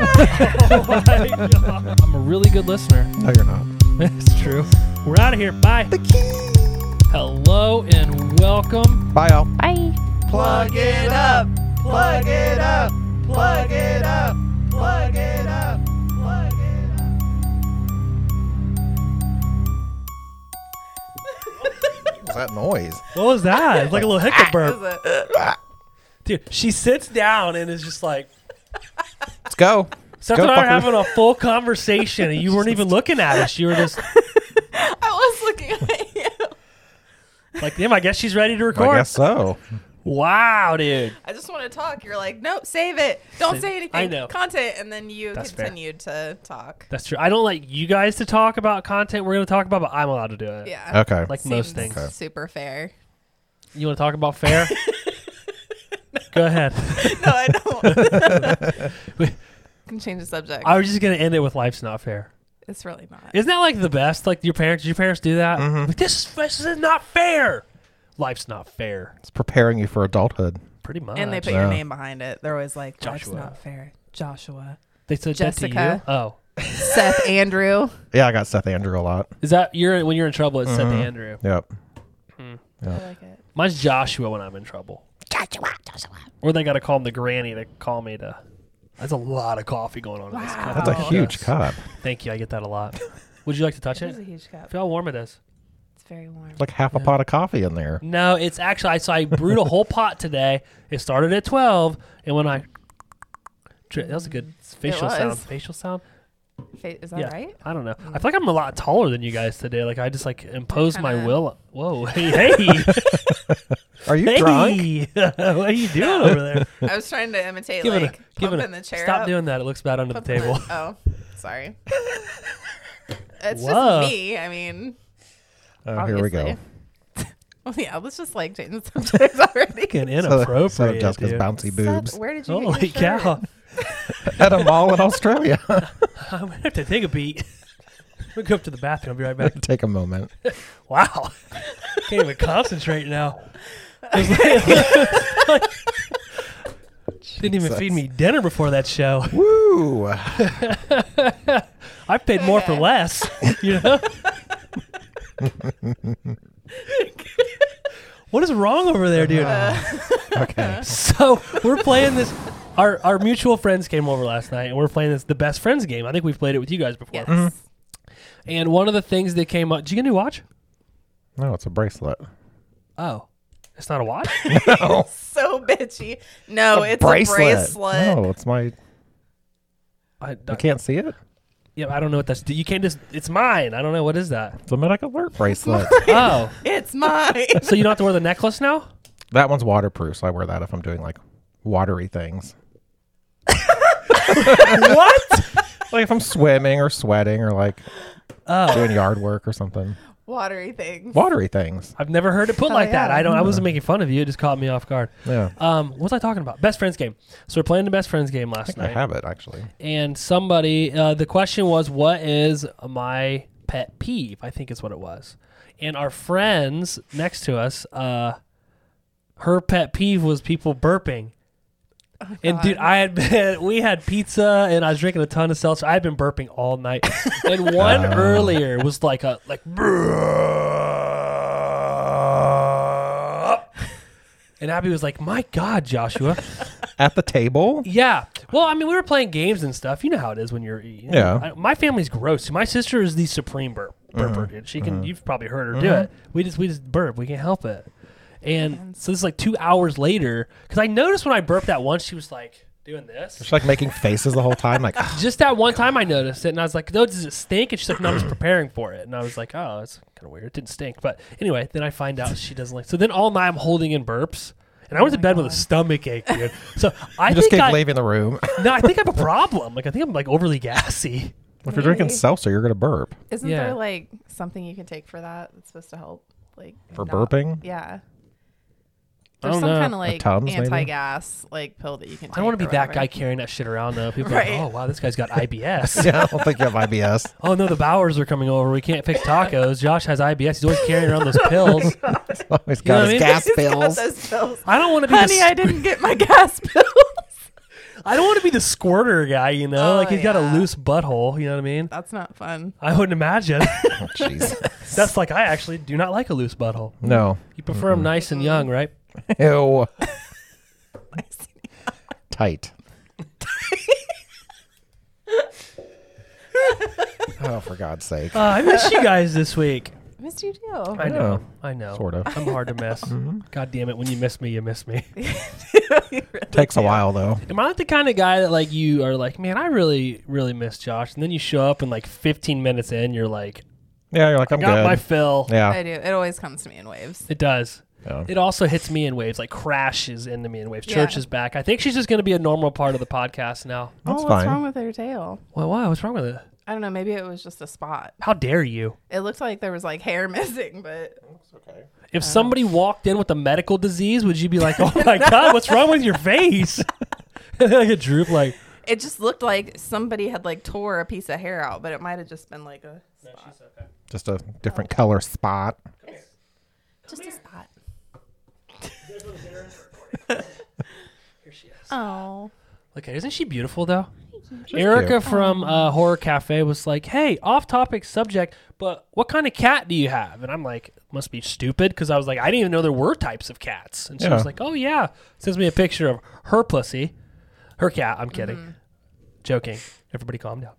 oh my God. I'm a really good listener. No, you're not. That's true. We're out of here. Bye. Hello and welcome. Bye, y'all. Bye. Plug it up. Plug it up. Plug it up. Plug it up. Plug it up. What was that noise? What was that? It's like a little hiccup burp. Is it? Dude, she sits down and is just like, Let's go. Seth Go and I were fucker. having a full conversation and you weren't even looking at us. You were just I was looking at you. like, damn, I guess she's ready to I record. guess so. Wow, dude. I just want to talk. You're like, nope, save it. Don't say anything. I know. Content. And then you That's fair. continued to talk. That's true. I don't like you guys to talk about content we're going to talk about, but I'm allowed to do it. Yeah. Okay. Like Seems most things. Super fair. You want to talk about fair? Go ahead. No, I don't. can change the subject. I was just going to end it with life's not fair. it's really not. Isn't that like the best? Like your parents, your parents do that? Mm-hmm. Like, this, is, this is not fair. Life's not fair. It's preparing you for adulthood. Pretty much. and they put Yeah. your name behind it. They're always like, Oh, Joshua. that's not fair. Joshua. They said Jessica. that to you. Oh, Seth Andrew. Yeah, I got Seth Andrew a lot. is that you're when you're in trouble? It's Mm-hmm. Seth Andrew. Yep. I like it. Mine's Joshua when I'm in trouble. Joshua, Joshua. Or they got to call him the granny to call me to. That's a lot of coffee going on in this cup. That's a Oh, huge Yes. cup. Thank you. I get that a lot. Would you like to touch It is a it? huge cup. Feel how warm it is. It's very warm. Like half a pot of coffee in there. No, it's actually I so I brewed a whole pot today. It started at twelve, and when I that was a good facial sound. was. Facial sound. Fa- Is that yeah, right? I don't know. I feel like I'm a lot taller than you guys today. Like I just like imposed my kinda- will. Whoa, hey, hey, Are you drunk? hey! what are you doing over there? I was trying to imitate Give it a- like give it a- pumping the chair Stop up. doing that. It looks bad under the Pumping table. Oh, sorry. it's Whoa. just me. I mean, Oh, here we go. obviously. well, yeah, let's just like change the subject already. Fucking So- inappropriate. So Jessica's dude. bouncy Seth, boobs where did you Holy get your shirt? cow! at a mall in Australia. I'm gonna have to take a beat. We'll go up to the bathroom. I'll be right back. Take a moment. Wow. Can't even concentrate now. It's like- Didn't even feed me dinner before that show. Woo! I paid more for Okay. less, you know? what is wrong over there, dude? Okay. so we're playing this. Our, our mutual friends came over last night, and we're playing this the best friends game. I think we've played it with you guys before. Yes. And one of the things that came up, did you get a new watch? No, it's a bracelet. Oh, it's not a watch. So bitchy. No, it's a bracelet. No, it's my. I, You can't see it. Yeah, I don't know what that's. You can't just. It's mine. I don't know what is that. It's a medic alert bracelet. Oh, It's mine. so you don't have to wear the necklace now? that one's waterproof, so I wear that if I'm doing like watery things. What? Like if I'm swimming or sweating or like doing yard work or something. Watery things. Watery things. I've never heard it put like that. yeah. I don't. I wasn't making fun of you. It just caught me off guard. Yeah. Um, what was I talking about? Best friends game. So we're playing the best friends game last I night, have it actually. and somebody. Uh, the question was, what is my pet peeve? I think is what it was. And our friends next to us, uh, her pet peeve was people burping. And dude, I had been we had pizza and I was drinking a ton of seltzer. I had been burping all night. and one earlier was like a like and Abby was like, "My god, Joshua." At the table. yeah. Well, I mean, we were playing games and stuff. You know how it is when you're you know, Yeah. Uh-huh. I- my family's gross. My sister is the supreme burp burper, dude. She can you've probably heard her do it. We just we just burp. We can't help it. And so this is like 2 hours later cuz I noticed when I burped that once she was like doing this. She's like making faces the whole time. Like Just that one time I noticed it, and I was like, "No, does it stink?" And she's like, "No, I'm just preparing for it." And I was like, "Oh, that's kind of weird. It didn't stink." But anyway, then I find out she doesn't like. So then all night I'm holding in burps, and I went to bed with a stomach ache, dude. So I I just think keep I, leaving the room. no, I think I have a problem. Like I think I'm like overly gassy. If you're drinking Maybe. seltzer, you're gonna burp. Isn't Yeah. there like something you can take for that that's supposed to help? Like For burping? Yeah. I There's don't some know. kind of like Tums, maybe? anti-gas like pill that you can. take I don't want to or be that whatever. guy carrying that shit around though. People are Right. like, oh wow, this guy's got IBS. yeah, I don't think you have IBS. Oh no, the Bowers are coming over. We can't fix tacos. Josh has IBS. He's always carrying around those pills. He's know got what I his mean? gas He's got pills. those pills. I don't want to be. Honey, the, I didn't get my gas pills. I don't want to be the squirter guy. You know, Oh, like he's got a yeah. loose butthole. You know what I mean? That's not fun. I wouldn't imagine. Oh, Jeez. That's like I actually do not like a loose butthole. no. You prefer him nice and young, right? Ew. Tight. oh, for God's sake. Uh, I missed you guys this week. Missed you too. I know. I know. Sort of. I'm hard to miss. God damn it! When you miss me, you miss me. Takes a while though. Am I not the kind of guy that like you are like, man, I really, really miss Josh, and then you show up and like 15 minutes in, you're like, Yeah, you're like I I'm got good. my fill. I yeah. do. It always comes to me in waves. It does. Yeah. It also hits me in waves, like crashes into me in waves. Yeah. Church is back. I think she's just going to be a normal part of the podcast now. That's oh, what's fine. wrong with her tail? Well, why? What's wrong with it? I don't know. Maybe it was just a spot. How dare you? It looked like there was like hair missing, but If somebody walked in with a medical disease, would you be like, "Oh my god, what's wrong with your face?" like a droop, like it just looked like somebody had like tore a piece of hair out. But it might have just been like a spot. Just a different color spot. just a spot. Oh, Okay, isn't she beautiful though? Erica from uh, Horror Cafe was like, "Hey, off-topic subject, but what kind of cat do you have?" And I'm like, "Must be stupid," because I was like, "I didn't even know there were types of cats." And she Yeah. was like, "Oh yeah," sends me a picture of her pussy, her cat. I'm kidding, joking. Everybody, calm down.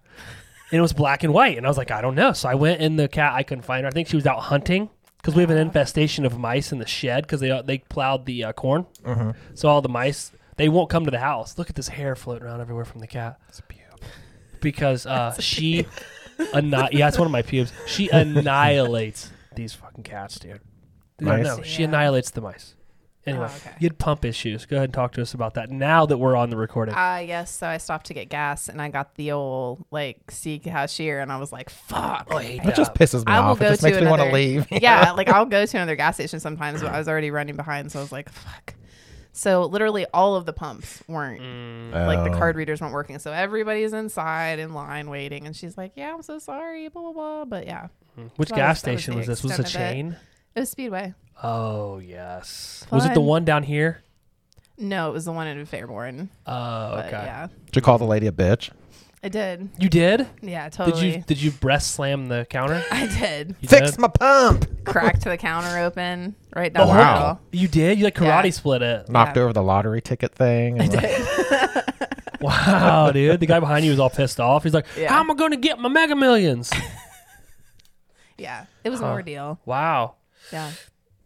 And it was black and white, and I was like, "I don't know." So I went in the cat. I couldn't find her. I think she was out hunting because we have an infestation of mice in the shed because they they plowed the uh, corn. Uh-huh. So all the mice they won't come to the house. Look at this hair floating around everywhere from the cat. It's beautiful. Because uh, she, anni- yeah, it's one of my pubes. She annihilates these fucking cats, dude. No, Mice? no, she Yeah. annihilates the mice. Anyway, Oh, okay. you had pump issues. Go ahead and talk to us about that now that we're on the recording. ah, yes. So I stopped to get gas, and I got the old like C cashier, and I was like, "Fuck!" hate That just pisses me I will Oh, off. It go just to makes me want to another- leave. yeah, like I'll go to another gas station sometimes, but I was already running behind, so I was like, "Fuck." So literally, all of the pumps weren't like the Oh. card readers weren't working, so everybody's inside in line waiting, and she's like, "Yeah, I'm so sorry, blah blah blah," but yeah, Which that gas was- that was station the was, this? Was this a extent of it. chain? it was Speedway. Oh yes. Was it the Fun. one down here? No, it was the one in Fairborn. Oh, But okay. yeah, Did you call the lady a bitch? I did. You did? Yeah, totally. Did you did you breast slam the counter? I did. You Fix did? my pump. Cracked the counter open right Oh, down wow. the middle. You did? You like karate Yeah. split it? Knocked Yeah. over the lottery ticket thing. and like- Wow, dude. The guy behind you was all pissed off. He's like, Yeah. "How am I going to get my Mega Millions? Yeah, it was an ordeal. wow. Yeah,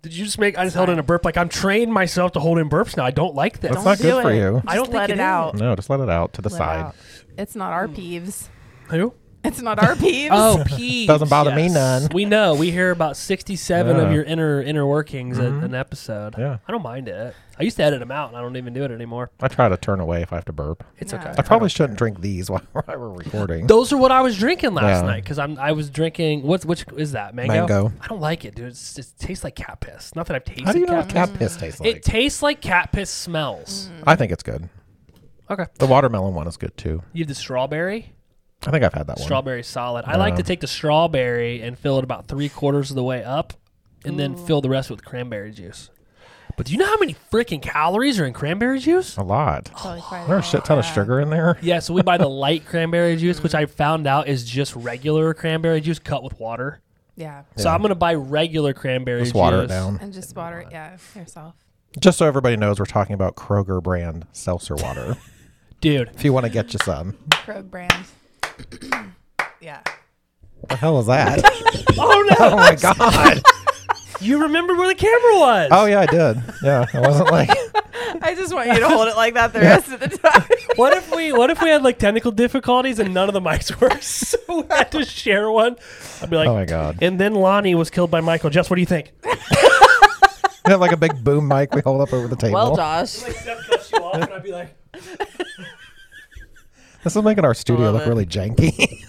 Did you just make? I just held in a burp. Like I'm trained myself to hold in burps now. I don't like this. That's not do good for it. you. I don't Just think let it is. it out. No, just let it out to the Let it side. out. It's not our peeves. Who? It's not our peeves. Oh, pee Doesn't bother me none. We know. We hear about 67 of Yeah. Mm-hmm. your inner inner workings in an episode. Yeah. I don't mind it. I used to edit them out, and I don't even do it anymore. I try to turn away if I have to burp. It's No. okay. I probably shouldn't drink these while we're recording. Those are what I was drinking last Yeah. night because I'm I was drinking what's which is that mango? Mango. I don't like it, dude. It's, it tastes like cat piss. Not that I've tasted. How do you know cat what cat piss tastes piss. like? It tastes like cat piss smells. I think it's good. Okay. The watermelon one is good too. You have the strawberry. I think I've had that one. Strawberry solid. I like to take the strawberry and fill it about three quarters of the way up, and then fill the rest with cranberry juice. But do you know how many freaking calories are in cranberry juice? A lot. Probably quite There's a shit ton of Yeah. sugar in there. Yeah, so we buy the light cranberry juice, which I found out is just regular cranberry juice cut with water. Yeah, So I'm gonna buy regular cranberry Just juice. water it down. and just water it. Yeah, yourself. Just so everybody knows, we're talking about Kroger brand seltzer water. Dude, if you want to get you some, Krog brand. yeah. the hell is that? Oh no! oh my god! You remember where the camera was? Oh yeah, I did. Yeah, I wasn't like I just want you to hold it like that the rest of the time. What if we What if we had like technical difficulties and none of the mics worked, so we had to share one? I'd be like, Oh my God. And then Lonnie was killed by Michael. Jess, what do you think? we have like a big boom mic we hold up over the table. well, Josh. I'd be like, This is making our studio Love look it. really janky.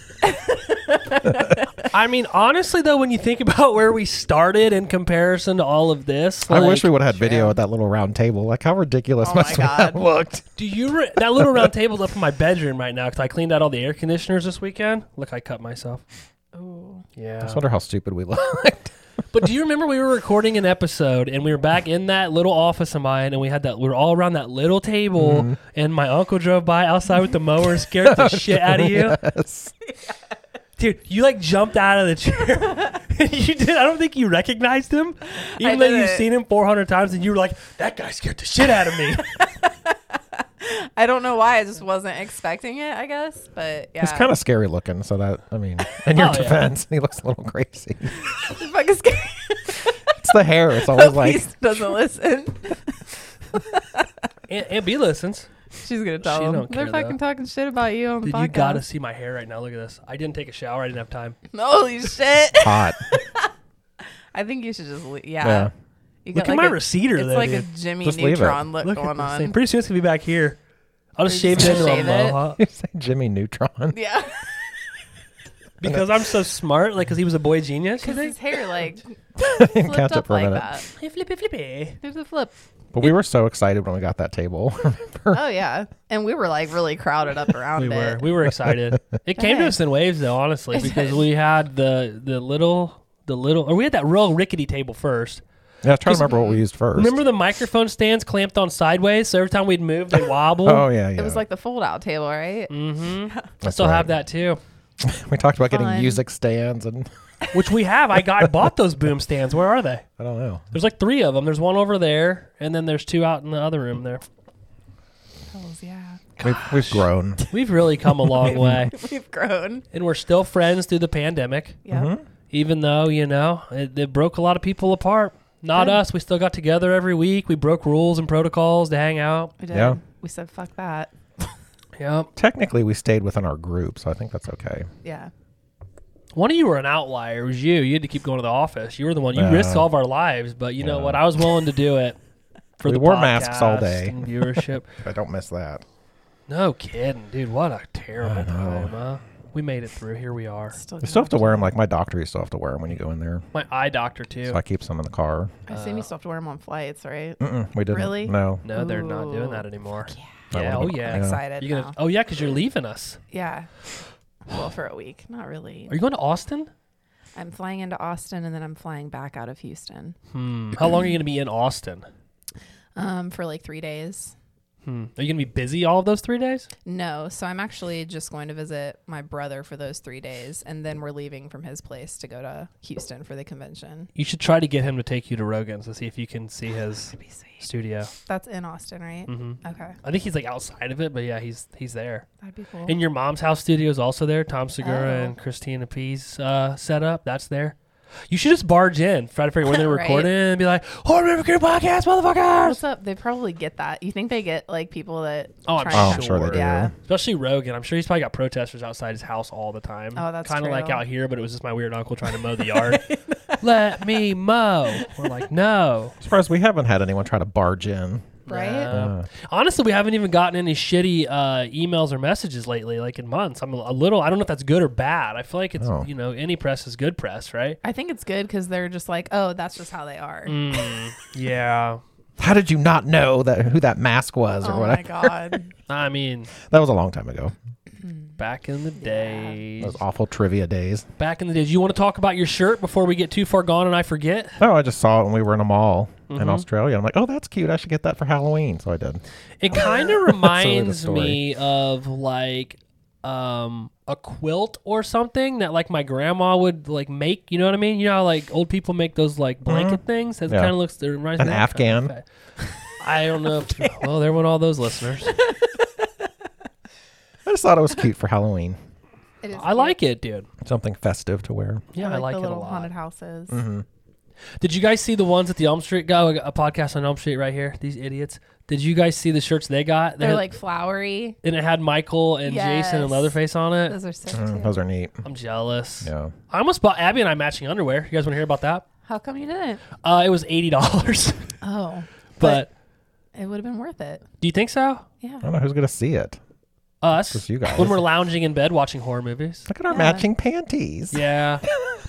I mean, honestly, though, when you think about where we started in comparison to all of this, I wish we like, would have had video at that little round table. Like how ridiculous Oh my must have God. looked. Do you re- that little round table's up in my bedroom right now because I cleaned out all the air conditioners this weekend. Look, I cut myself. Ooh. Yeah. I just wonder how stupid we looked. But do you remember we were recording an episode and we were back in that little office of mine and we had that we were all around that little table and my uncle drove by outside with the mower and scared the shit out of you. Dude, you like jumped out of the chair. you did. I don't think you recognized him, even though you've didn't. seen him 400 times, and you were like, "That guy scared the shit out of me." I don't know why. I just wasn't expecting it. I guess, but yeah, He's kind of scary looking. So that I mean, in your Oh, yeah. defense, he looks a little crazy. of fucking scary. It's the hair. It's always like Elise doesn't listen. and, and B listens. She's gonna tell She them. don't They're care, fucking though. talking shit about you on the Dude, podcast. you gotta see my hair right now. Look at this. I didn't take a shower. I didn't have time. Holy shit! hot. I think you should just leave. Yeah. Yeah. You Look got at like my a, receiver. It's though, like dude. a Jimmy Just leave it. Neutron look, Look going at this thing. on. Pretty soon it's gonna be back here. I'll just shave You're it just into gonna a shave it? mohawk You say Jimmy Neutron. Yeah, because I'm so smart. Like, cause he was a boy genius. You because think? his hair like didn't flipped catch it up for a like minute. that. Hey, flippy, flippy. There's a flip. But we were so excited when we got that table. Remember? Oh yeah, and we were like really crowded up around We it. were we were excited. It came to Dang. us in waves though, honestly, It because did. we had the the little the little or we had that real rickety table first. Yeah, I was trying to remember what we used first. Remember the microphone stands clamped on sideways, so every time we'd move they wobble. Oh yeah, yeah. It was like the fold out table, right? Mm-hmm. I That's still have right. that too, we talked about Fun. getting music stands, and which we have. I got I bought those boom stands. Where are they? I don't know. There's like three of them. There's one over there, and then there's two out in the other room there. Hells yeah. We've, we've grown. We've really come a long way, We've grown. and we're still friends through the pandemic. Yeah. Mm-hmm. even though you know it, it broke a lot of people apart. Not Good. us. We still got together every week. We broke rules and protocols to hang out. We did. Yeah. We said fuck that. Yep. Technically, we stayed within our group, so I think that's okay. Yeah. One of you were an outlier. It was you. You had to keep going to the office. You were the one. You Yeah. risked all of our lives, but you know Yeah. what? I was willing to do it for We the wore masks all podcast day. and viewership. I don't miss that. no kidding, dude. What a terrible I know. time. Huh? We made it through. Here we are. Still. You still have to wear them. Like my doctor, you still have to wear them when you go in there. My eye doctor too. So I keep some in the car. I assume you still have to wear them on flights, right? Mm-mm, we didn't. Really? No. no, they're not doing Ooh. that anymore. I Yeah. Oh wouldn't- yeah. I'm excited You gonna? now. Oh yeah, because you're leaving us. Yeah. Well, for a week, not really. Are you going to Austin? I'm flying into Austin and then I'm flying back out of Houston Hmm. How long are you going to be in Austin? um, for like three days. Hmm. Are you gonna be busy all of those three days? No, so I'm actually just going to visit my brother for those three days, and then we're leaving from his place to go to Houston for the convention. You should try to get him to take you to Rogan's to see if you can see his That'd be sweet. studio. That's in Austin, right? hmm Okay, I think he's like outside of it, but yeah, he's he's there. that'd be cool. And your mom's house studio is also there. Tom Segura Oh. and Christina P's uh, setup. That's there. You should just barge in, try to figure out when they're Right. recording, and be like, "Horror River Crew podcast, motherfuckers!" What's up? They probably get that. You think they get like people that? Oh, I'm try Oh, and- I'm sure they Sure. do. Yeah. Especially Rogan. I'm sure he's probably got protesters outside his house all the time. Oh, that's kind of like true. out here, but it was just my weird uncle trying to mow the yard. Let me mow. We're like, no. I'm surprised we haven't had anyone try to barge in. Right? No. Uh. Honestly, we haven't even gotten any shitty uh, emails or messages lately, like in months. I'm a little. I don't know if that's good or bad. I feel like it's Oh. you know any press is good press, right? I think it's good because they're just like, oh, that's just how they are. Mm. yeah. How did you not know that who that mask was or Oh whatever? my god. I mean, That was a long time ago. back in the days. Those awful trivia days. Back in the days. You want to talk about your shirt before we get too far gone and I forget? Oh, I just saw it when we were in a mall Mm-hmm. in Australia. I'm like, oh, that's cute. I should get that for Halloween. So I did. It kind of reminds story. me of like um a quilt or something that like my grandma would like make you know what i mean you know how like old people make those like blanket Mm-hmm. things that Yeah. kind of looks it reminds An me of that kinda Afghan. effect. i don't know if, well there went all those listeners I just thought it was cute for Halloween. It is i like it dude Something festive to wear. yeah i like, the it a little lot haunted houses. Mm-hmm. did you guys see the ones at the elm street guy a podcast on elm street right here these idiots did you guys see the shirts they got They They're had- like flowery. and it had michael and jason and Yes. leatherface on it Those are so Mm, cute. those are neat. i'm jealous Yeah. i almost bought abby and i matching underwear you guys want to hear about that How come you didn't? Uh, it was eighty dollars, Oh, but it would have been worth it. do you think so? Uh, Yeah. I don't know who's going to see it. us Just you guys. when we're lounging in bed watching horror movies. Look at our matching panties. Yeah.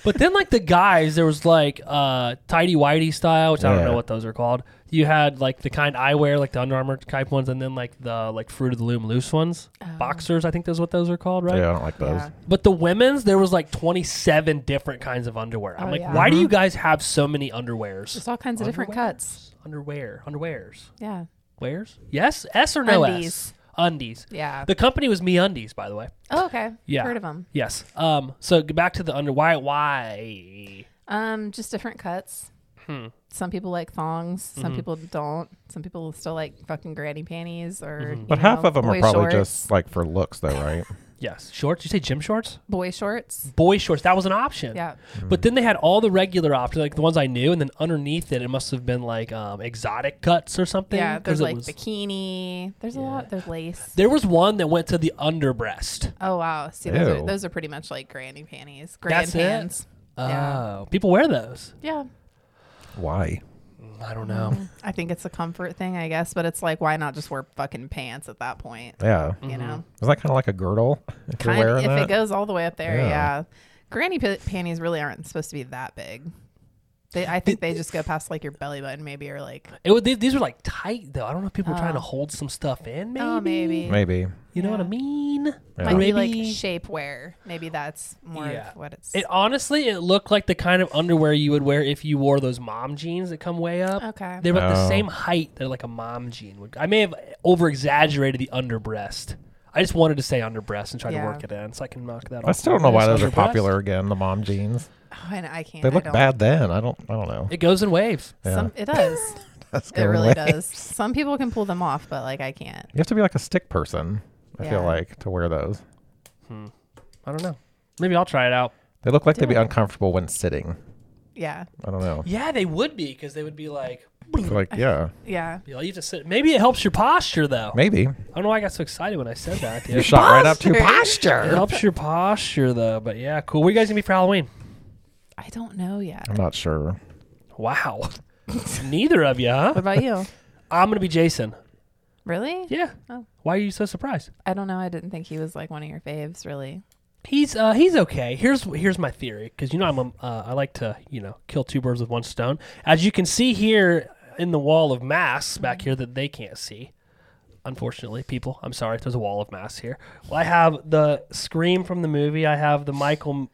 but then like the guys, there was like uh tidy whitey style, which I don't Yeah. know what those are called. You had like the kind I wear, like the Under Armour type ones, and then like the like fruit of the loom loose ones. Oh. Boxers, I think that's what those are called, right? Yeah, I don't like those. Yeah. But the women's, there was like twenty seven different kinds of underwear. I'm Oh, like, yeah. why do you guys have so many underwears? Just all kinds of different cuts. Underwear. Underwears. Yeah. Wears? Yes? S or no S? Undies. Undies. Yeah. The company was Me Undies, by the way. oh, okay. Yeah. Heard of them. Yes. Um. So g- back to the under. Why? Why? Um, just different cuts. Hmm. Some people like thongs. Mm-hmm. Some people don't. Some people still like fucking granny panties or. Mm-hmm. you But half know, of them are boy probably shorts. just like for looks, though, right? Yes. Shorts. You say gym shorts? boy shorts. Boy shorts. That was an option. Yeah. But then they had all the regular options, like the ones I knew, and then underneath it, it must have been like um exotic cuts or something. Yeah. 'cause There's it like was- bikini. There's a lot. There's lace. There was one that went to the underbreast. Oh wow. See, those are, Ew. those are pretty much like granny panties. Grand That's it? pants. Yeah. Oh, people wear those. Yeah. Why? I don't know. I think it's a comfort thing, I guess, but it's like, why not just wear fucking pants at that point? Yeah. You know, Is that kind of like a girdle? If kind of, Mm-hmm. you're wearing Mm. if that? it goes all the way up there, Yeah. yeah. Granny p- panties really aren't supposed to be that big. They, I think they just go past like your belly button, maybe, or like, It would, these, these were like tight though. I don't know if people were trying to hold some stuff in. Maybe. oh, maybe, Maybe. You know what I Yeah. mean? might be like Maybe- shapewear. Maybe that's more Yeah. of what it's. It honestly, it looked like the kind of underwear you would wear if you wore those mom jeans that come way up. Okay. they were at the Oh. same height that like a mom jean would. I may have over exaggerated the under breast. I just wanted to say under breast and try to Yeah. work it in, so I can knock that off. I still don't know why those are Under breast. popular again. The mom jeans. oh, and I can't. They I look don't- bad then. I don't. I don't know. It goes in waves. Some, it does. That's it going really away. does. Some people can pull them off, but like I can't. You have to be like a stick person. I Yeah. feel like to wear those. I don't know. Maybe I'll try it out. They look like they'd be uncomfortable when sitting. Yeah. I don't know. Yeah, they would be because they would be like, Like yeah, Yeah. you, know, you have to sit. Maybe it helps your posture though. maybe I don't know why I got so excited when I said that. at the you end. shot right up to Posture. It posture. helps your posture though. But yeah, cool. What are you guys gonna be for Halloween? I don't know yet. I'm not sure. Wow. Neither of you, huh? What about you? I'm gonna be Jason. Really? Yeah. Oh. Why are you so surprised? I don't know. I didn't think he was like one of your faves, really. He's uh, he's okay. Here's here's my theory because you know I'm a, uh, I like to you know kill two birds with one stone. As you can see here in the wall of masks back here that they can't see. Unfortunately, people, I'm sorry. There's a wall of masks here. Well, I have the scream from the movie. I have the Michael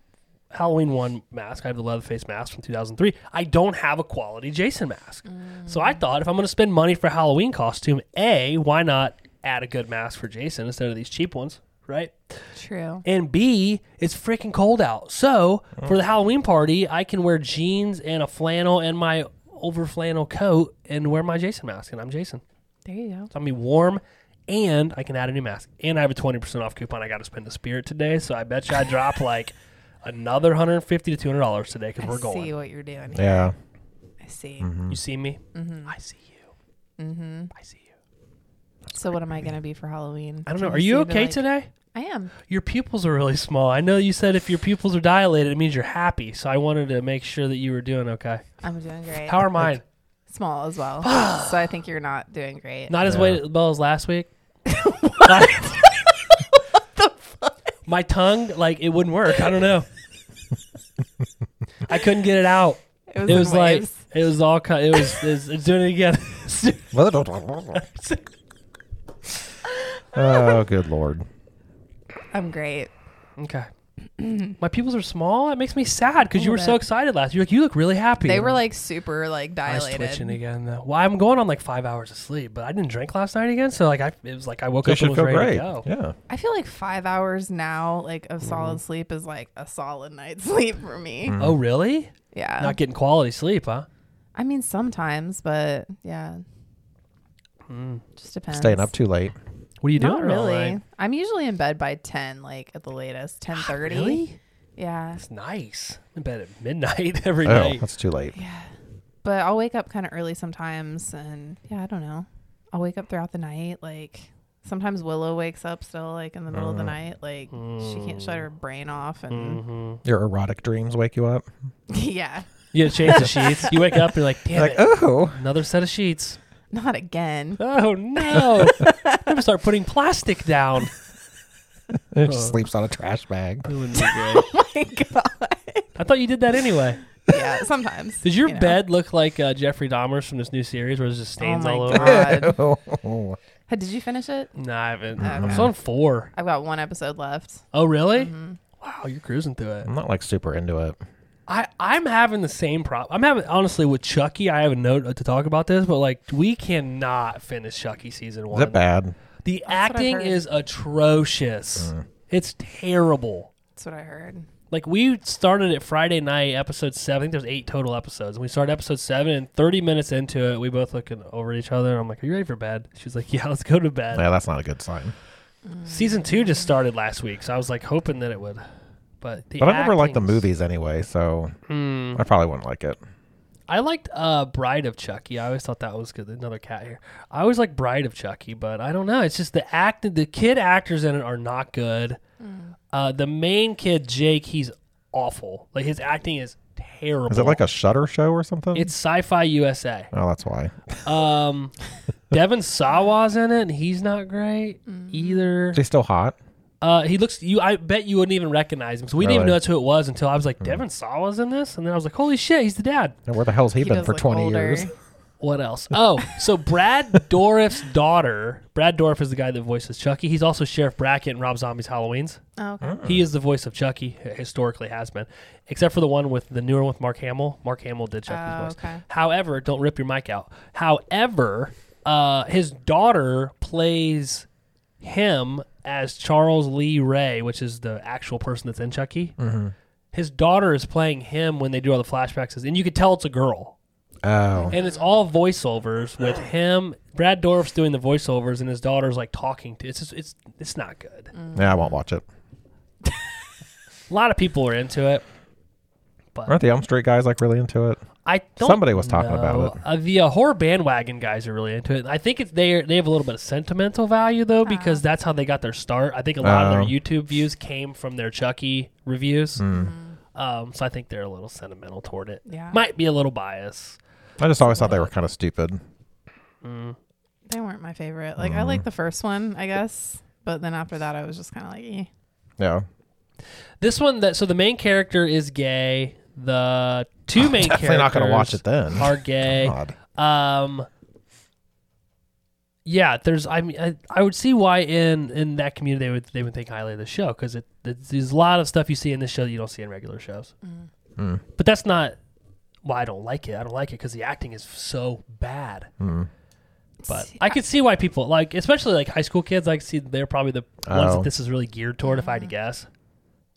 Halloween one mask. I have the Leatherface mask from 2003. I don't have a quality Jason mask. So I thought if I'm going to spend money for a Halloween costume, a why not add a good mask for Jason instead of these cheap ones, right? True. And B, it's freaking cold out. So for the Halloween party, I can wear jeans and a flannel and my over flannel coat and wear my Jason mask, and I'm Jason. There you go. So I'm gonna be warm, and I can add a new mask, and I have a twenty percent off coupon. I got to spend the spirit today, so I bet you I drop like another hundred fifty to two hundred dollars today because we're I see going. mm-hmm. what you're doing. Here. Yeah, I see. You see me? Mm-hmm. I see you. I see you. So what am I gonna be for Halloween? I don't know. Can Are you see the, okay like- today? I am. Your pupils are really small. I know you said if your pupils are dilated, it means you're happy. So I wanted to make sure that you were doing okay. I'm doing great. How are mine? Small as well. so I think you're not doing great. Not as Yeah. well as last week. what? My tongue, like it wouldn't work. I don't know. I couldn't get it out. It in was like waves. it was all cut. It was it's, it's doing it again. oh good lord. I'm great. okay. My pupils are small. It makes me sad because you were little so bit. excited last. You're like, you look really happy. They And were I'm like super like I was twitching dilated. again though. Well, I'm going on like five hours of sleep, but I didn't drink last night again, so like I it was like I woke They up and should was feel ready great. to go. Yeah. I feel like five hours now, like Mm-hmm. of solid sleep, is like a solid night's sleep for me. Oh really? Yeah. Not getting quality sleep, huh? I mean, sometimes, but yeah. Mm. Just depends. Staying up too late. What are you Not doing? all night? really. I'm usually in bed by ten, like at the latest, ten thirty. Ah, Really? Yeah, It's nice. I'm in bed at midnight every Oh, night. that's too late. but I'll wake up kind of early sometimes, and yeah, I don't know. I'll wake up throughout the night. Like sometimes Willow wakes up still, like in the middle of the Uh, night. Like she can't mm. shut her brain off, and Your erotic dreams wake you up. Mm. yeah, Mm-hmm. You gotta change the sheets. You wake up and you're like, damn it, oh, another set of sheets. not again. Oh no. I'm gonna start putting plastic down. It just sleeps on a trash bag. It wouldn't be great. Oh my god. I thought you did that anyway. Yeah, sometimes. Does your you know. bed look like uh, Jeffrey Dahmer's from this new series where there's just Oh stains my all over? god. Oh, Hey, Did you finish it? No, I haven't. Okay. Mm. I'm still on four. I've got one episode left. Mm-hmm. Oh, really? Wow, you're cruising through it. I'm not like super into it. I, I'm having the same problem. I'm having, honestly, with Chucky, I have a note to talk about this, but like, we cannot finish Chucky season Is one. it bad? The That's what I've acting heard. is atrocious. Uh. It's terrible. That's what I heard. Like we started it Friday night, episode seven. I think there's eight total episodes. And we started episode seven, and 30 minutes into it, we both looking over at each other. And I'm like, "Are you ready for bed?" She's like, "Yeah, let's go to bed." Yeah, that's not a good sign. Season two just started last week, so I was like hoping that it would. But the But I never liked the acting's- movies anyway, so Mm. I probably wouldn't like it. I liked uh, Bride of Chucky. I always thought that was good. Another cat here. I always liked Bride of Chucky, but I don't know. It's just the act. The kid actors in it are not good. Uh, the main kid, Jake, he's awful. Like his acting is terrible. Is it like a Shutter show or something? It's Sci-Fi USA. oh, that's why. Um, Devin Sawa's in it, and he's not great either. Is he still hot? Uh, he looks you. I bet you wouldn't even recognize him. So we didn't even Really? Mm. know that's who it was until I was like, Devin Sawa's in this, and then I was like, holy shit, he's the dad. And where the hell's he, He been does for look 20 older. years? What else? Oh, so Brad Dorff's daughter. Brad Dorff is the guy that voices Chucky. He's also Sheriff Brackett in Rob Zombie's Halloween's. Oh, okay. He is the voice of Chucky. h- Historically, has been, except for the one with the newer one with Mark Hamill. Mark Hamill did Chucky's Oh, voice. okay. However, don't rip your mic out. However, uh, his daughter plays him as Charles Lee Ray, which is the actual person that's in Chucky. His daughter is playing him when they do all the flashbacks, and you could tell it's a girl. Oh. And it's all voiceovers with him. Brad Dorff's doing the voiceovers, and his daughter's like talking to. It's just, it's it's not good. Yeah, I won't watch it. A lot of people are into it. Aren't the Elm Street guys like really into it? I don't Somebody was talking about know. it. Uh, the uh, horror bandwagon guys are really into it. I think it's they they have a little bit of sentimental value though because that's how they got their start. I think a lot of Oh. Mm. their YouTube views came from their Chucky reviews. Hmm. Um, so I think they're a little sentimental toward it. Yeah. Might be a little bias. I just always thought they were kind of stupid. They weren't my favorite. Like I like Mm. the first one, I guess, but then after that, I was just kind of like, eh. Yeah. This one that so the main character is gay. The two main Definitely characters not going to watch it then. are gay. God. Um. Yeah, there's. I mean, I, I would see why in in that community they would they would think highly of the show because it, it there's a lot of stuff you see in this show that you don't see in regular shows. Mm. But that's not why I don't like it. I don't like it because the acting is so bad. Mm. But I could see why people like, especially like high school kids. I could see they're probably the ones Oh. that this is really geared toward. If I had to guess,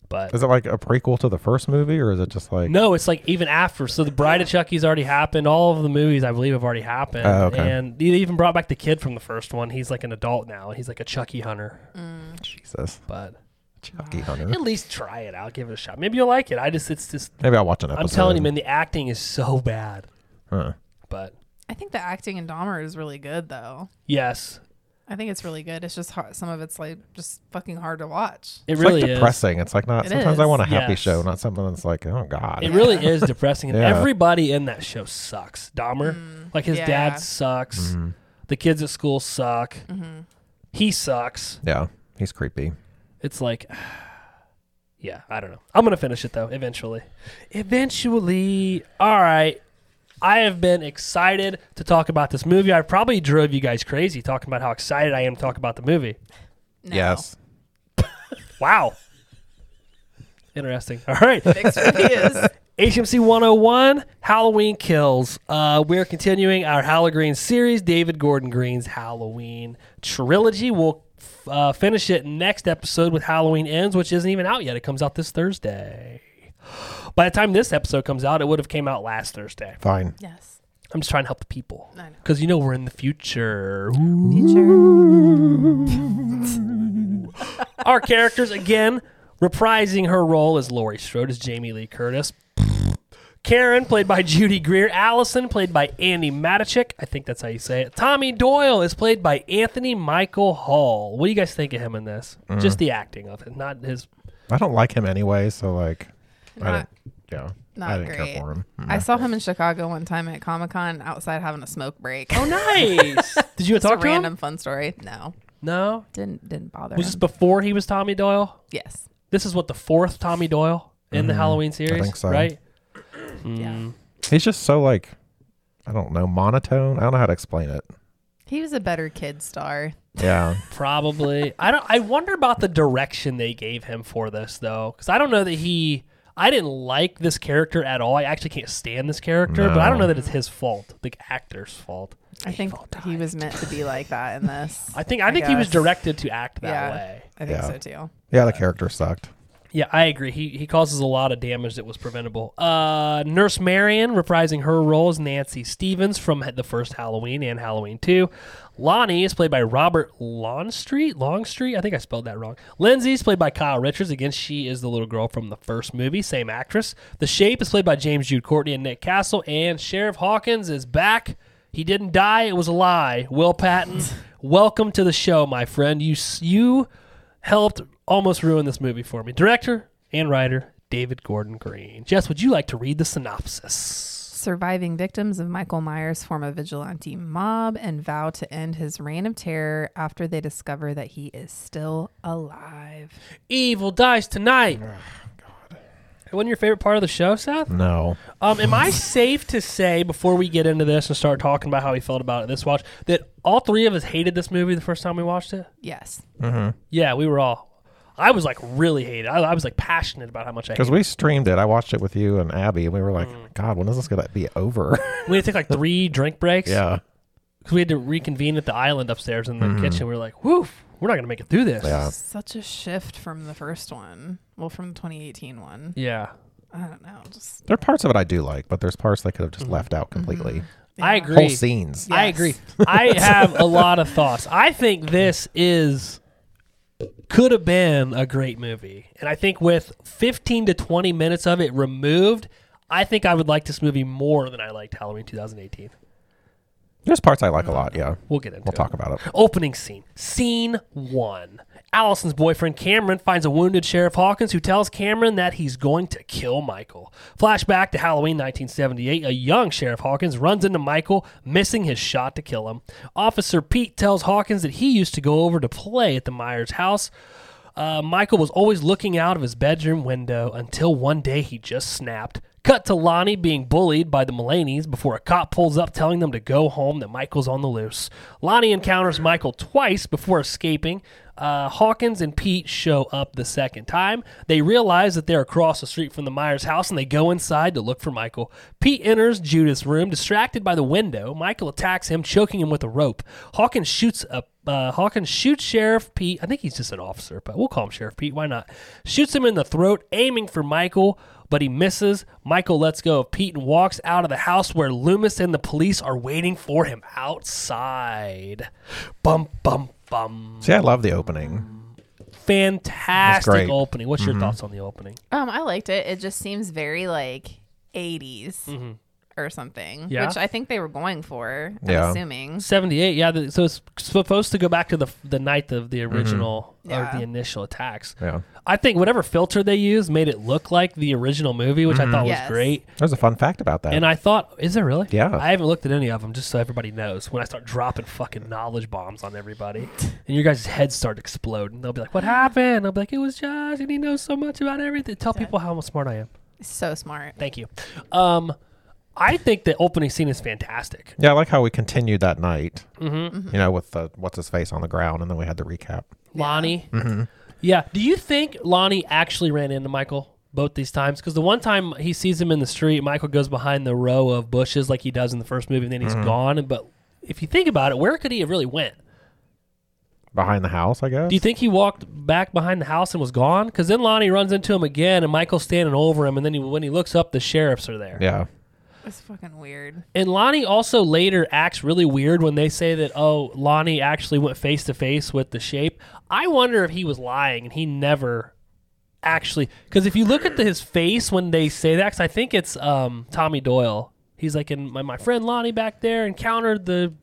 but Is it like a prequel to the first movie or is it just like. no, it's like even after. So the Bride of Chucky's already happened. All of the movies I believe have already happened. Oh, okay. And they even brought back the kid from the first one. He's like an adult now. He's like a Chucky hunter. Jesus. But Chucky Hunter. at least try it out. Give it a shot. Maybe you'll like it. I just it's just Maybe I'll watch an episode. I'm telling you, man, the acting is so bad. Huh. But I think the acting in Dahmer is really good, though. yes, I think it's really good. It's just hard, some of it's like just fucking hard to watch. it It's really like is. depressing. It's like not. It sometimes I is. want a happy Yes. show, not something that's like, oh God. It really is depressing, and Yeah. everybody in that show sucks. Dahmer, like his yeah. dad sucks. Mm-hmm. The kids at school suck. He sucks. yeah, he's creepy. it's like yeah i don't know i'm gonna finish it though eventually eventually all right i have been excited to talk about this movie i probably drove you guys crazy talking about how excited i am to talk about the movie No. Yes. wow interesting all right Thanks for the HMC 101 Halloween Kills. Uh, we're continuing our Halloween Green series, David Gordon Green's Halloween trilogy. We'll f- uh, finish it next episode with Halloween Ends, which isn't even out yet. It comes out this Thursday. By the time this episode comes out, it would have came out last Thursday. Fine. Yes. I'm just trying to help the people I know. because you know we're in the future. Ooh. our characters again reprising her role as Laurie Strode as Jamie Lee Curtis. Karen, played by Judy Greer. Allison, played by Andy Matichik. I think that's how you say it. Tommy Doyle is played by Anthony Michael Hall. What do you guys think of him in this? Just the acting of it, not his. I don't like him anyway, so like, I Not, didn't. Yeah, not I didn't great. care for him. Mm. I saw him in Chicago one time at Comic Con outside having a smoke break. Oh, nice. Did you It's a talk to random him? fun story. No. No, Didn't didn't bother. was this him. before he was Tommy Doyle? yes. This is what the fourth Tommy Doyle in the Mhm. Halloween series, think so. right? Mm. Yeah. He's just so like, I don't know, monotone. I don't know how to explain it. He was a better kid star. Yeah, Probably. I don't. I wonder about the direction they gave him for this though, because I don't know that he. I didn't like this character at all. I actually can't stand this character, but I don't know that it's his fault, the actor's fault. I think he was meant to be like that in this. I think. I think he was guess. directed to act that Yeah. way. I think Yeah. so too. yeah. The character sucked. Yeah, I agree. He he causes a lot of damage that was preventable. Uh, Nurse Marion reprising her role as Nancy Stevens from the first Halloween and Halloween Two. Lonnie is played by Robert Longstreet. Longstreet, I think I spelled that wrong. Lindsay is played by Kyle Richards. Again, she is the little girl from the first movie, same actress. The Shape is played by James Jude Courtney and Nick Castle. And Sheriff Hawkins is back. He didn't die. It was a lie. Will Patton, welcome to the show, my friend. You s- you helped almost ruin this movie for me. Director and writer David Gordon Green. Jess, would you like to read the synopsis? Surviving victims of Michael Myers form a vigilante mob and vow to end his reign of terror after they discover that he is still alive. Evil dies tonight. Wasn't your favorite part of the show, Seth? No, Um, am I safe to say before we get into this and start talking about how we felt about it this watch that all three of us hated this movie the first time we watched it? Yes. Yeah, we were all. I was like really hated. I, I was like passionate about how much I hated. because we streamed it. I watched it with you and Abby, and we were like, Mm. God, when is this gonna be over? We had to take like three drink breaks. yeah, Mm-hmm. because we had to reconvene at the island upstairs in the kitchen. We were like, "Woof, we're not gonna make it through this." yeah. Such a shift from the first one. Well, from the 2018 one. Yeah. I don't know. Just There are parts of it I do like, but there's parts they could have just Mm-hmm. left out completely. I Yeah. agree. Whole scenes. I Yes. agree. I have a lot of thoughts. I think this is could have been a great movie, and I think with 15 to 20 minutes of it removed, I think I would like this movie more than I liked Halloween 2018. There's parts I like Mm-hmm. a lot. Yeah, We'll get into we'll it. talk about it. Opening scene. Scene one. Allison's boyfriend Cameron finds a wounded Sheriff Hawkins who tells Cameron that he's going to kill Michael. Flashback to Halloween 1978. A young Sheriff Hawkins runs into Michael, missing his shot to kill him. Officer Pete tells Hawkins that he used to go over to play at the Myers house. Uh, Michael was always looking out of his bedroom window until one day he just snapped. Cut to Lonnie being bullied by the Mulaney's before a cop pulls up telling them to go home that Michael's on the loose. Lonnie encounters Michael twice before escaping. Uh, Hawkins and Pete show up the second time. They realize that they're across the street from the Myers house and they go inside to look for Michael. Pete enters Judith's room, distracted by the window. Michael attacks him, choking him with a rope. Hawkins shoots a uh, Hawkins shoots Sheriff Pete. I think he's just an officer, but we'll call him Sheriff Pete. Why not? Shoots him in the throat, aiming for Michael, but he misses. Michael lets go of Pete and walks out of the house where Loomis and the police are waiting for him outside. Bum, bum, bum. See, I love the opening. That's Fantastic great. Mm-hmm. opening. What's your thoughts on the opening? Um, I liked it. It just seems very like 80s or something, Mm-hmm. Yeah. which I think they were going for. I'm Yeah. assuming. 78 yeah the, so it's supposed to go back to the the night of the original Yeah. or the initial attacks Mm-hmm. Yeah. i think whatever filter they used made it look like the original movie which i thought Yes. was great There's a fun fact about that. and i thought is there really Yeah. i haven't looked at any of them just so everybody knows when i start dropping fucking knowledge bombs on everybody and your guys heads start exploding they'll be like what happened i'll be like it was josh and he knows so much about everything tell people how smart i am So smart. thank you um i think the opening scene is fantastic yeah, I like how we continued that night. Mm-hmm. You know, with the what's his face on the ground, and then we had the recap. Lonnie. Yeah. Do you think Lonnie actually ran into Michael both these times? Because the one time he sees him in the street, Michael goes behind the row of bushes like he does in the first movie, and then he's gone. But if you think about it, where could he have really went? behind the house, I guess. Do you think he walked back behind the house and was gone? Because then Lonnie runs into him again, and Michael's standing over him. And then he, when he looks up, the sheriffs are there. yeah. It's fucking weird. And Lonnie also later acts really weird when they say that, oh, Lonnie actually went face to face with the shape. I wonder if he was lying and he never actually. Because if you look at the, his face when they say that, 'cause I think it's um, Tommy Doyle. He's like, and my, my friend Lonnie back there encountered the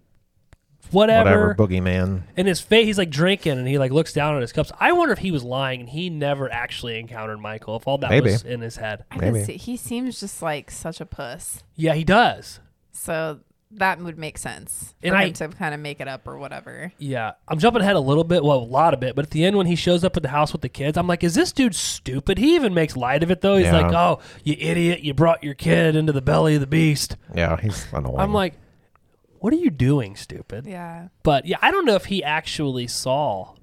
Whatever. whatever. Boogeyman. and his face, he's like drinking and he like looks down at his cups. I wonder if he was lying and he never actually encountered Michael, if all that Maybe. was in his head. I could Maybe. see he seems just like such a puss. Yeah, he does. So that would make sense for And him I- to kind of make it up or whatever. Yeah, I'm jumping ahead a little bit, well, a lot of it, but at the end when he shows up at the house with the kids, I'm like, is this dude stupid? He even makes light of it though. He's Yeah. like, oh, you idiot, you brought your kid into the belly of the beast. Yeah, he's annoying. I'm like, what are you doing, stupid? Yeah. But yeah, I don't know if he actually saw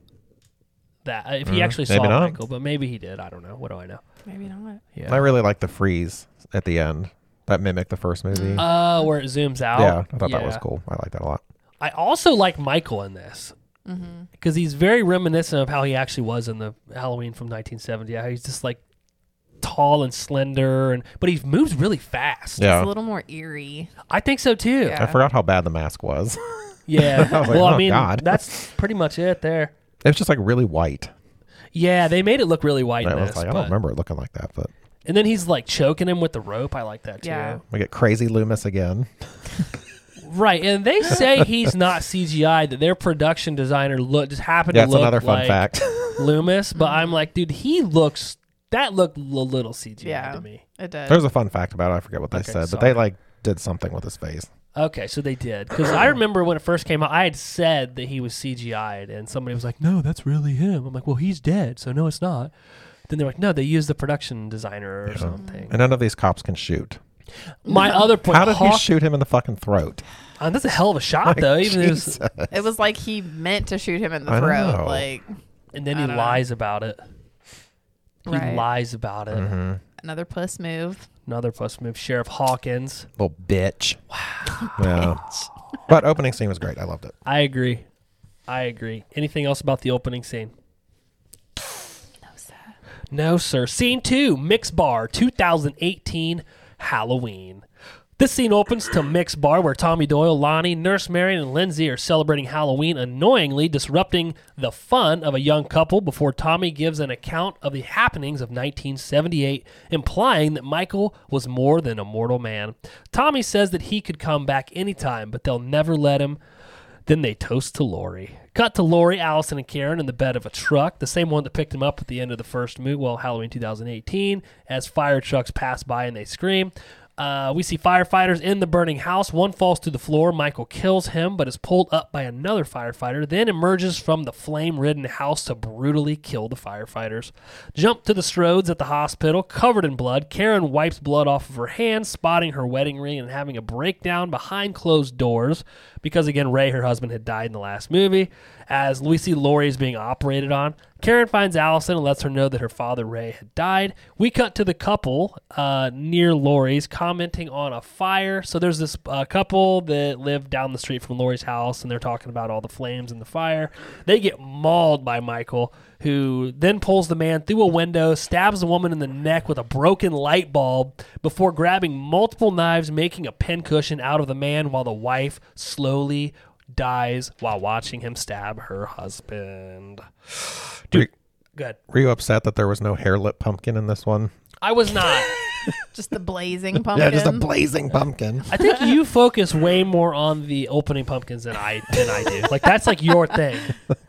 that, if he Mhm, actually maybe saw not. Michael, but maybe he did. I don't know. What do I know? Maybe not. I really like the freeze at the end that mimicked the first movie. Uh, where it zooms out. yeah, I thought that oh, was Yeah. cool. I like that a lot. I also like Michael in this Mm-hmm. because he's very reminiscent of how he actually was in the Halloween from 1970. How he's just like tall and slender, and but he moves really fast. It's Yeah, a little more eerie. I think so too. Yeah. I forgot how bad the mask was. Yeah. I was like, well, I "Oh, mean, God." that's pretty much it there. it was just like really white. Yeah, they made it look really white. I in was this, like, but- I don't remember it looking like that, but And then he's like choking him with the rope. I like that too. Yeah. we get crazy Loomis again. Right, and they say he's not CGI. That their production designer look just happened Yeah, to that's look another fun like fact. Loomis, but Mm-hmm. I'm like, dude, he looks that looked a little CGI Yeah. to me. It does. There's a fun fact about it. I forget what they Okay, said, but sorry. they like did something with his face. Okay, so they did because I remember when it first came out, I had said that he was CGI'd, and somebody was like, "No, that's really him." I'm like, "Well, he's dead, so no, it's not." Then they're like, "No, they used the production designer or something." And none of these cops can shoot. My other point, How did he Hawk- shoot him in the fucking throat? uh, that's a hell of a shot though. Even if it was- Jesus. it was like he meant to shoot him in the I throat. know. Like and then I he don't know. lies about it. He Right. lies about it. Mm-hmm. another puss move. Another plus move, Sheriff Hawkins. little bitch. Wow. Yeah. but opening scene was great. I loved it. I agree. I agree. Anything else about the opening scene? No, sir. No, sir. Scene two, Mix Bar, 2018 Halloween. This scene opens to Mix Bar, where Tommy Doyle, Lonnie, Nurse Marion, and Lindsay are celebrating Halloween, annoyingly disrupting the fun of a young couple before Tommy gives an account of the happenings of 1978, implying that Michael was more than a mortal man. Tommy says that he could come back anytime, but they'll never let him. Then they toast to Lori. Cut to Lori, Allison, and Karen in the bed of a truck, the same one that picked them up at the end of the first movie, well, Halloween 2018, as fire trucks pass by and they scream. Uh, we see firefighters in the burning house. One falls to the floor. Michael kills him, but is pulled up by another firefighter, then emerges from the flame ridden house to brutally kill the firefighters. Jump to the Strodes at the hospital, covered in blood. Karen wipes blood off of her hand, spotting her wedding ring and having a breakdown behind closed doors because, again, Ray, her husband, had died in the last movie. As we see Lori is being operated on, Karen finds Allison and lets her know that her father, Ray, had died. We cut to the couple uh, near Lori's commenting on a fire. So there's this uh, couple that lived down the street from Lori's house, and they're talking about all the flames and the fire. They get mauled by Michael, who then pulls the man through a window, stabs the woman in the neck with a broken light bulb before grabbing multiple knives, making a pincushion out of the man while the wife slowly dies while watching him stab her husband. Dude, good. Were you upset that there was no hair lip pumpkin in this one? I was not. Just the blazing pumpkin. Yeah, just a blazing pumpkin. I think you focus way more on the opening pumpkins than I than I do. Like that's like your thing.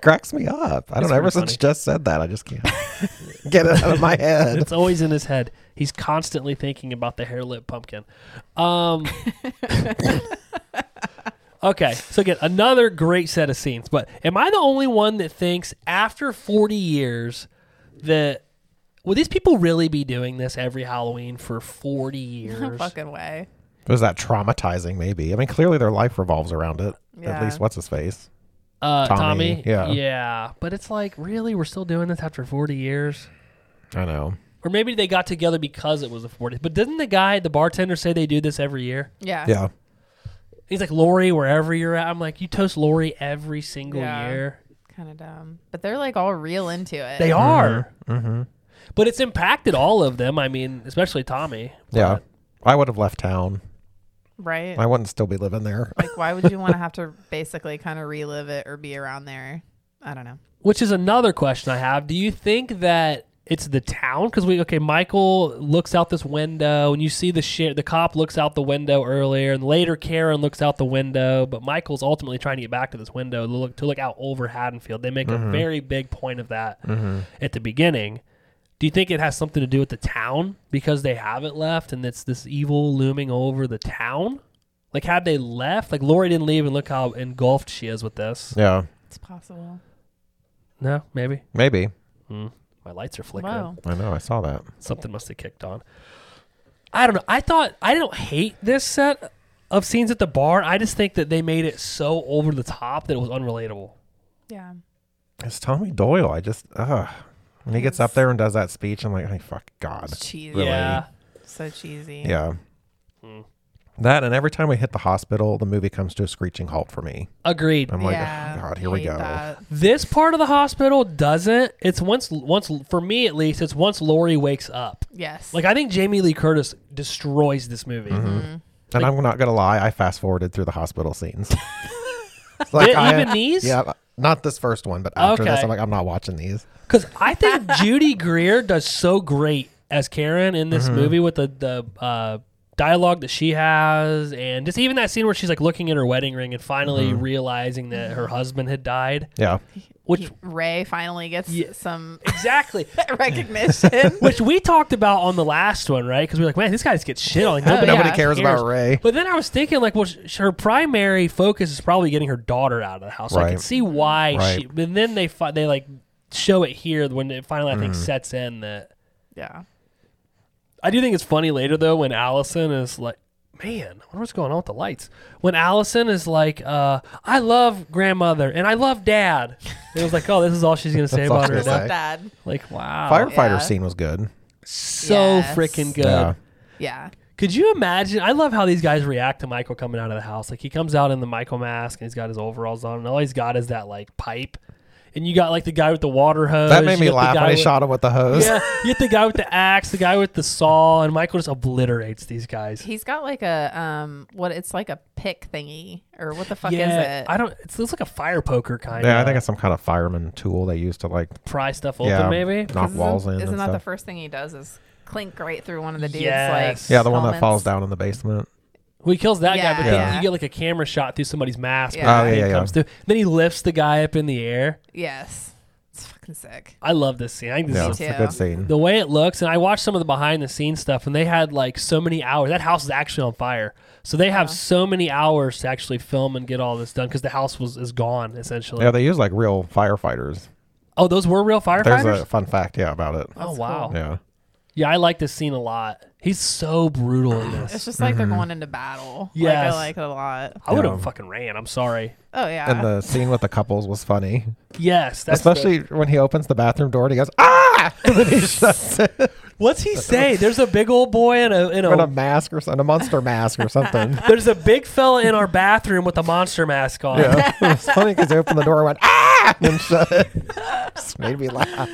Cracks me up. I don't know. Ever pretty since funny. Jess said that, I just can't get it out of my head. It's always in his head. He's constantly thinking about the hair lip pumpkin. Um, okay, so again, another great set of scenes. But am I the only one that thinks after 40 years that would these people really be doing this every Halloween for 40 No years? fucking way. Was that traumatizing? Maybe. I mean, clearly their life revolves around it. At Yeah. least what's his face? uh, Tommy, Tommy, yeah. yeah. But it's like, really, we're still doing this after 40 years? I know. Or maybe they got together because it was the 40th. But didn't the guy, the bartender, say they do this every year? Yeah. Yeah. He's like Lori, wherever you're at. I'm like, you toast Lori every single Yeah. year. Kind of dumb. But they're like all real into it. They are, but it's impacted all of them. I mean, especially Tommy. Yeah. I would have left town. Right. I wouldn't still be living there. Like, why would you want to have to basically kind of relive it or be around there? I don't know. Which is another question I have. Do you think that it's the town? Because we okay, Michael looks out this window, and you see the shit. The cop looks out the window earlier, and later Karen looks out the window. But Michael's ultimately trying to get back to this window to look to look out over Haddonfield. They make a very big point of that at the beginning. Do you think it has something to do with the town because they haven't left, and it's this evil looming over the town? Like, had they left, like Lori didn't leave, and look how engulfed she is with this. Yeah, It's possible. No, maybe maybe. my lights are flickering. Wow. I know. I saw that. Something must have kicked on. I don't know. I thought I don't hate this set of scenes at the bar. I just think that they made it so over the top that it was unrelatable. Yeah. It's Tommy Doyle. I just, ugh. When he gets up there and does that speech, I'm like, hey, fuck God. It's cheesy. Really? Yeah. So cheesy. Yeah. That and every time we hit the hospital, the movie comes to a screeching halt for me. Agreed. I'm like, Yeah, "Oh, God, here we hate go. that. This part of the hospital doesn't. It's once once for me at least. It's once Lori wakes up. Yes. Like I think Jamie Lee Curtis destroys this movie. Mm-hmm. And I'm not gonna lie, I fast forwarded through the hospital scenes. It's like Even I- these? Yeah, not this first one, but after this, Okay. I'm like, I'm not watching these. Because I think Judy Greer does so great as Karen in Mm-hmm. this movie with the the uh, dialogue that she has, and just even that scene where she's like looking at her wedding ring and finally Mm-hmm. realizing that her husband had died. Yeah, Which Ray finally gets Yeah. some exactly, recognition. which we talked about on the last one, right? Because we are like, man, these guys get shit on. Like, nobody, nobody yeah. cares about Ray. But then I was thinking, like, well, sh- her primary focus is probably getting her daughter out of the house. So I can Right. see why Right. she. And then they fi- they like show it here when it finally I Mm. think sets in that yeah. I do think it's funny later though when Allison is like, "Man, I wonder what's going on with the lights." When Allison is like, uh, "I love grandmother and I love dad," it was like, "Oh, this is all she's gonna say That's all about her she's gonna dad." say. Dad. Like, wow, Firefighter yeah. scene was good. so Yes. freaking Oh, good. Yeah. Yeah. Could you imagine? I love how these guys react to Michael coming out of the house. Like he comes out in the Michael mask and he's got his overalls on, and all he's got is that like pipe. And you got like the guy with the water hose. That Oh, you made me got the laugh guy when he with- shot him with the hose. Yeah, you get the guy with the axe, the guy with the saw, and Michael just obliterates these guys. He's got like a um what it's like a pick thingy or what the fuck yeah, is it? I don't. It looks like a fire poker kind. Yeah, I think it's some kind of fireman tool they use to like pry stuff open, yeah, maybe. knock Isn't- walls in. Isn't and that the stuff. first thing he does is clink right through one of the dudes Yes. like yeah, the one that falls helmets? down in the basement. Well, he kills that guy, but then Yeah. you get like a camera shot through somebody's mask. Yeah. when Oh, he yeah, yeah, comes through. Then he lifts the guy up in the air. Yes. It's fucking sick. I love this scene. I think this Yeah, is it's a too. good scene. the way it looks, and I watched some of the behind the scenes stuff, and they had like so many hours. That house is actually on fire, so they Uh-huh. have so many hours to actually film and get all this done because the house was is gone essentially. Yeah, they use like real firefighters. oh, those were real There's firefighters. a fun fact, yeah, about it. oh wow, yeah. Yeah. I like this scene a lot. He's so brutal in this. It's just like Mm-hmm. they're going into battle. Like, Yes. I like it a lot. I would have Yeah. fucking ran. I'm sorry. Oh yeah. And the scene with the couples was funny. Yes, that's the- Especially when he opens the bathroom door and he goes, ah! And then he shuts it what's he say? There's a big old boy in a in in a a. mask or something, a monster mask or something. There's a big fella in our bathroom with a monster mask on. Yeah. It was funny because he opened the door and went, ah! And then shut it. Just made me laugh.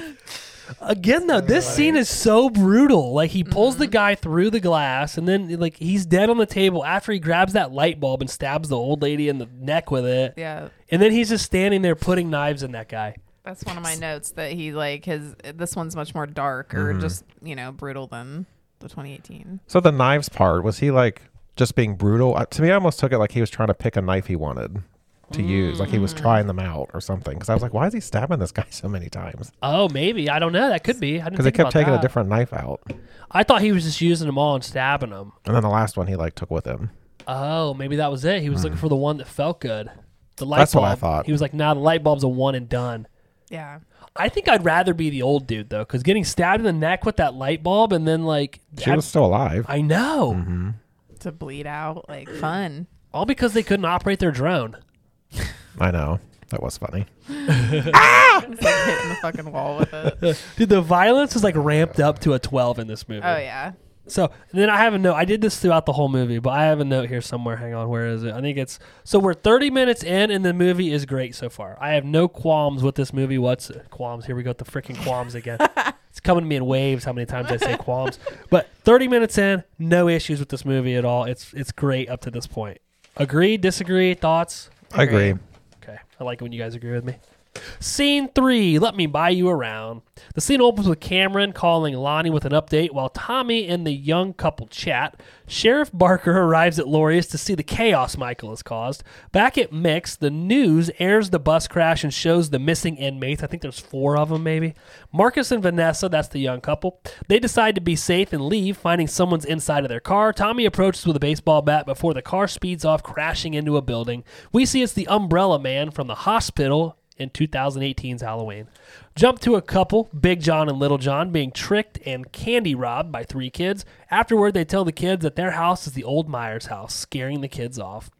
Again, though, this scene is so brutal. Like he pulls the guy through the glass, and then like he's dead on the table after he grabs that light bulb and stabs the old lady in the neck with it. yeah. And then he's just standing there putting knives in that guy. That's one of my notes that he like his this one's much more dark Mm-hmm. or just, you know, brutal than the 2018. So the knives part, was he like just being brutal? Uh, to me, I almost took it like he was trying to pick a knife he wanted to use. Like he Mm. was trying them out or something. Because I was like, why is he stabbing this guy so many times? Oh, maybe I don't know. That could be. I didn't Because he think kept about taking that. a different knife out. I thought he was just using them all and stabbing them. And then the last one he like took with him. Oh, maybe that was it. He was looking for the one that felt good. The light Hmm. That's bulb. what I thought. He was like, "Nah, the light bulb's a one and done." Yeah. I think I'd rather be the old dude though, because getting stabbed in the neck with that light bulb and then like She I- was Mm-hmm. still alive. I know. To bleed out like fun. All because they couldn't operate their drone. I know. That was funny. It's like hitting the fucking wall with it. Oh Dude, the violence is like ramped up to a 12 in this movie. yeah. So and then I have a note. I did this throughout the whole movie, but I have a note here somewhere. Hang on, where is it? I think it's so we're 30 minutes in, and the movie is great so far. I have no qualms with this movie. What's qualms? Here we go with the freaking qualms again. it's coming to me in waves. How many times I say qualms? But 30 minutes in, no issues with this movie at all. It's it's great up to this point. Agree? Disagree? Thoughts? I agree. Okay, I like it when you guys agree with me. Scene three, let me buy you around. The scene opens with Cameron calling Lonnie with an update while Tommy and the young couple chat. Sheriff Barker arrives at Laurie's to see the chaos Michael has caused. Back at Mix, the news airs the bus crash and shows the missing inmates. I think there's four of them, maybe. Marcus and Vanessa, that's the young couple, they decide to be safe and leave, finding someone's inside of their car. Tommy approaches with a baseball bat before the car speeds off, crashing into a building. We see it's the umbrella man from the hospital in 2018's Halloween. Jump to a couple, Big John and Little John, being tricked and candy robbed by three kids. Afterward, they tell the kids that their house is the old Myers house, scaring the kids off.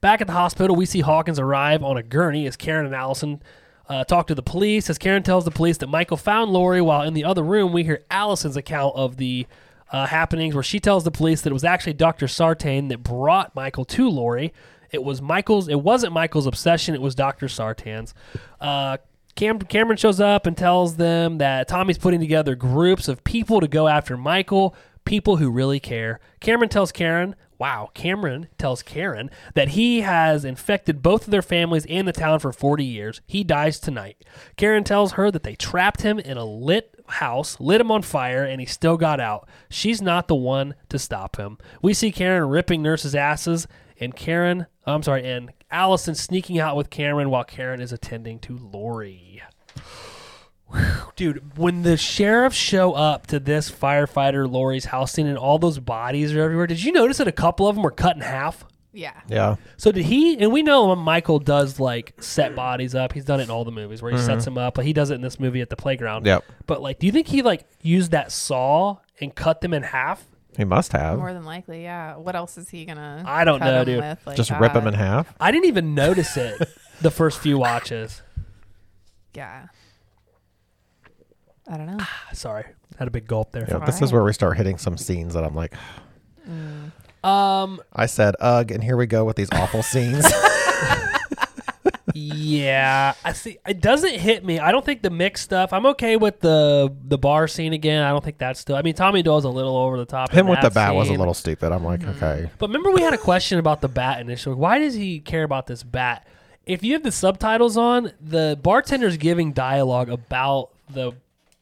Back at the hospital, we see Hawkins arrive on a gurney as Karen and Allison uh, talk to the police. As Karen tells the police that Michael found Lori while in the other room, we hear Allison's account of the uh, happenings where she tells the police that it was actually Dr. Sartain that brought Michael to Lori. It was Michael's. It wasn't Michael's obsession. It was Doctor Sartan's. Uh, Cam- Cameron shows up and tells them that Tommy's putting together groups of people to go after Michael. People who really care. Cameron tells Karen. Wow, Cameron tells Karen that he has infected both of their families and the town for 40 years. He dies tonight. Karen tells her that they trapped him in a lit house, lit him on fire, and he still got out. She's not the one to stop him. We see Karen ripping nurses' asses and Karen, I'm sorry, and Allison sneaking out with Cameron while Karen is attending to Lori. Whew, Dude, when the sheriffs show up to this firefighter Lori's house scene and all those bodies are everywhere, did you notice that a couple of them were cut in half? Yeah. Yeah. So did he? And we know when Michael does like set bodies up. He's done it in all the movies where he sets them up. Like he does it in this movie at the playground. Yep. But like, do you think he like used that saw and cut them in half? He must have. More than likely, yeah. What else is he gonna? I don't cut know, 'em dude. with like Just rip that? him in half. I didn't even notice it the first few watches. Yeah. I don't know. Sorry, had a big gulp there. Yeah, this is Alright. where we start hitting some scenes that I'm like, Um, I said, ugh, and here we go with these awful scenes. yeah, I see. It doesn't hit me. I don't think the mix stuff. I'm okay with the the bar scene again. I don't think that's still. I mean, Tommy Doyle's a little over the top. in Him with that the bat was a scene. Mm-hmm. little stupid. I'm like, okay. But remember, we had a question about the bat initially. Why does he care about this bat? If you have the subtitles on, the bartender's giving dialogue about the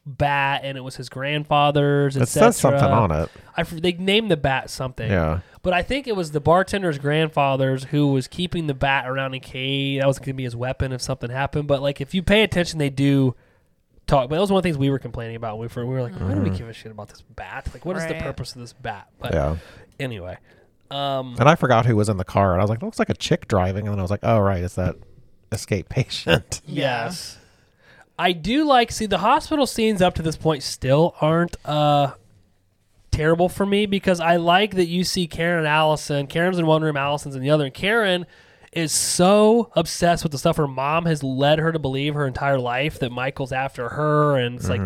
bat, and it was his grandfather's. It says something on it. I, f- they named the bat something. Yeah. But I think it was the bartender's grandfather's who was keeping the bat around in case that was going to be his weapon if something happened. But like, if you pay attention, they do talk. But that was one of the things we were complaining about. When we, were, we were like, why do we give a shit about this bat? Like, what is Right. the purpose of this bat? But Yeah. anyway, um, And I forgot who was in the car. And I was like, looks like a chick driving. And then I was like, oh, right. It's that escape patient. Yeah. yes, I do like see the hospital scenes up to this point still aren't uh terrible for me because I like that you see Karen and Allison. Karen's in one room, Allison's in the other, and Karen is so obsessed with the stuff her mom has led her to believe her entire life that Michael's after her, and it's like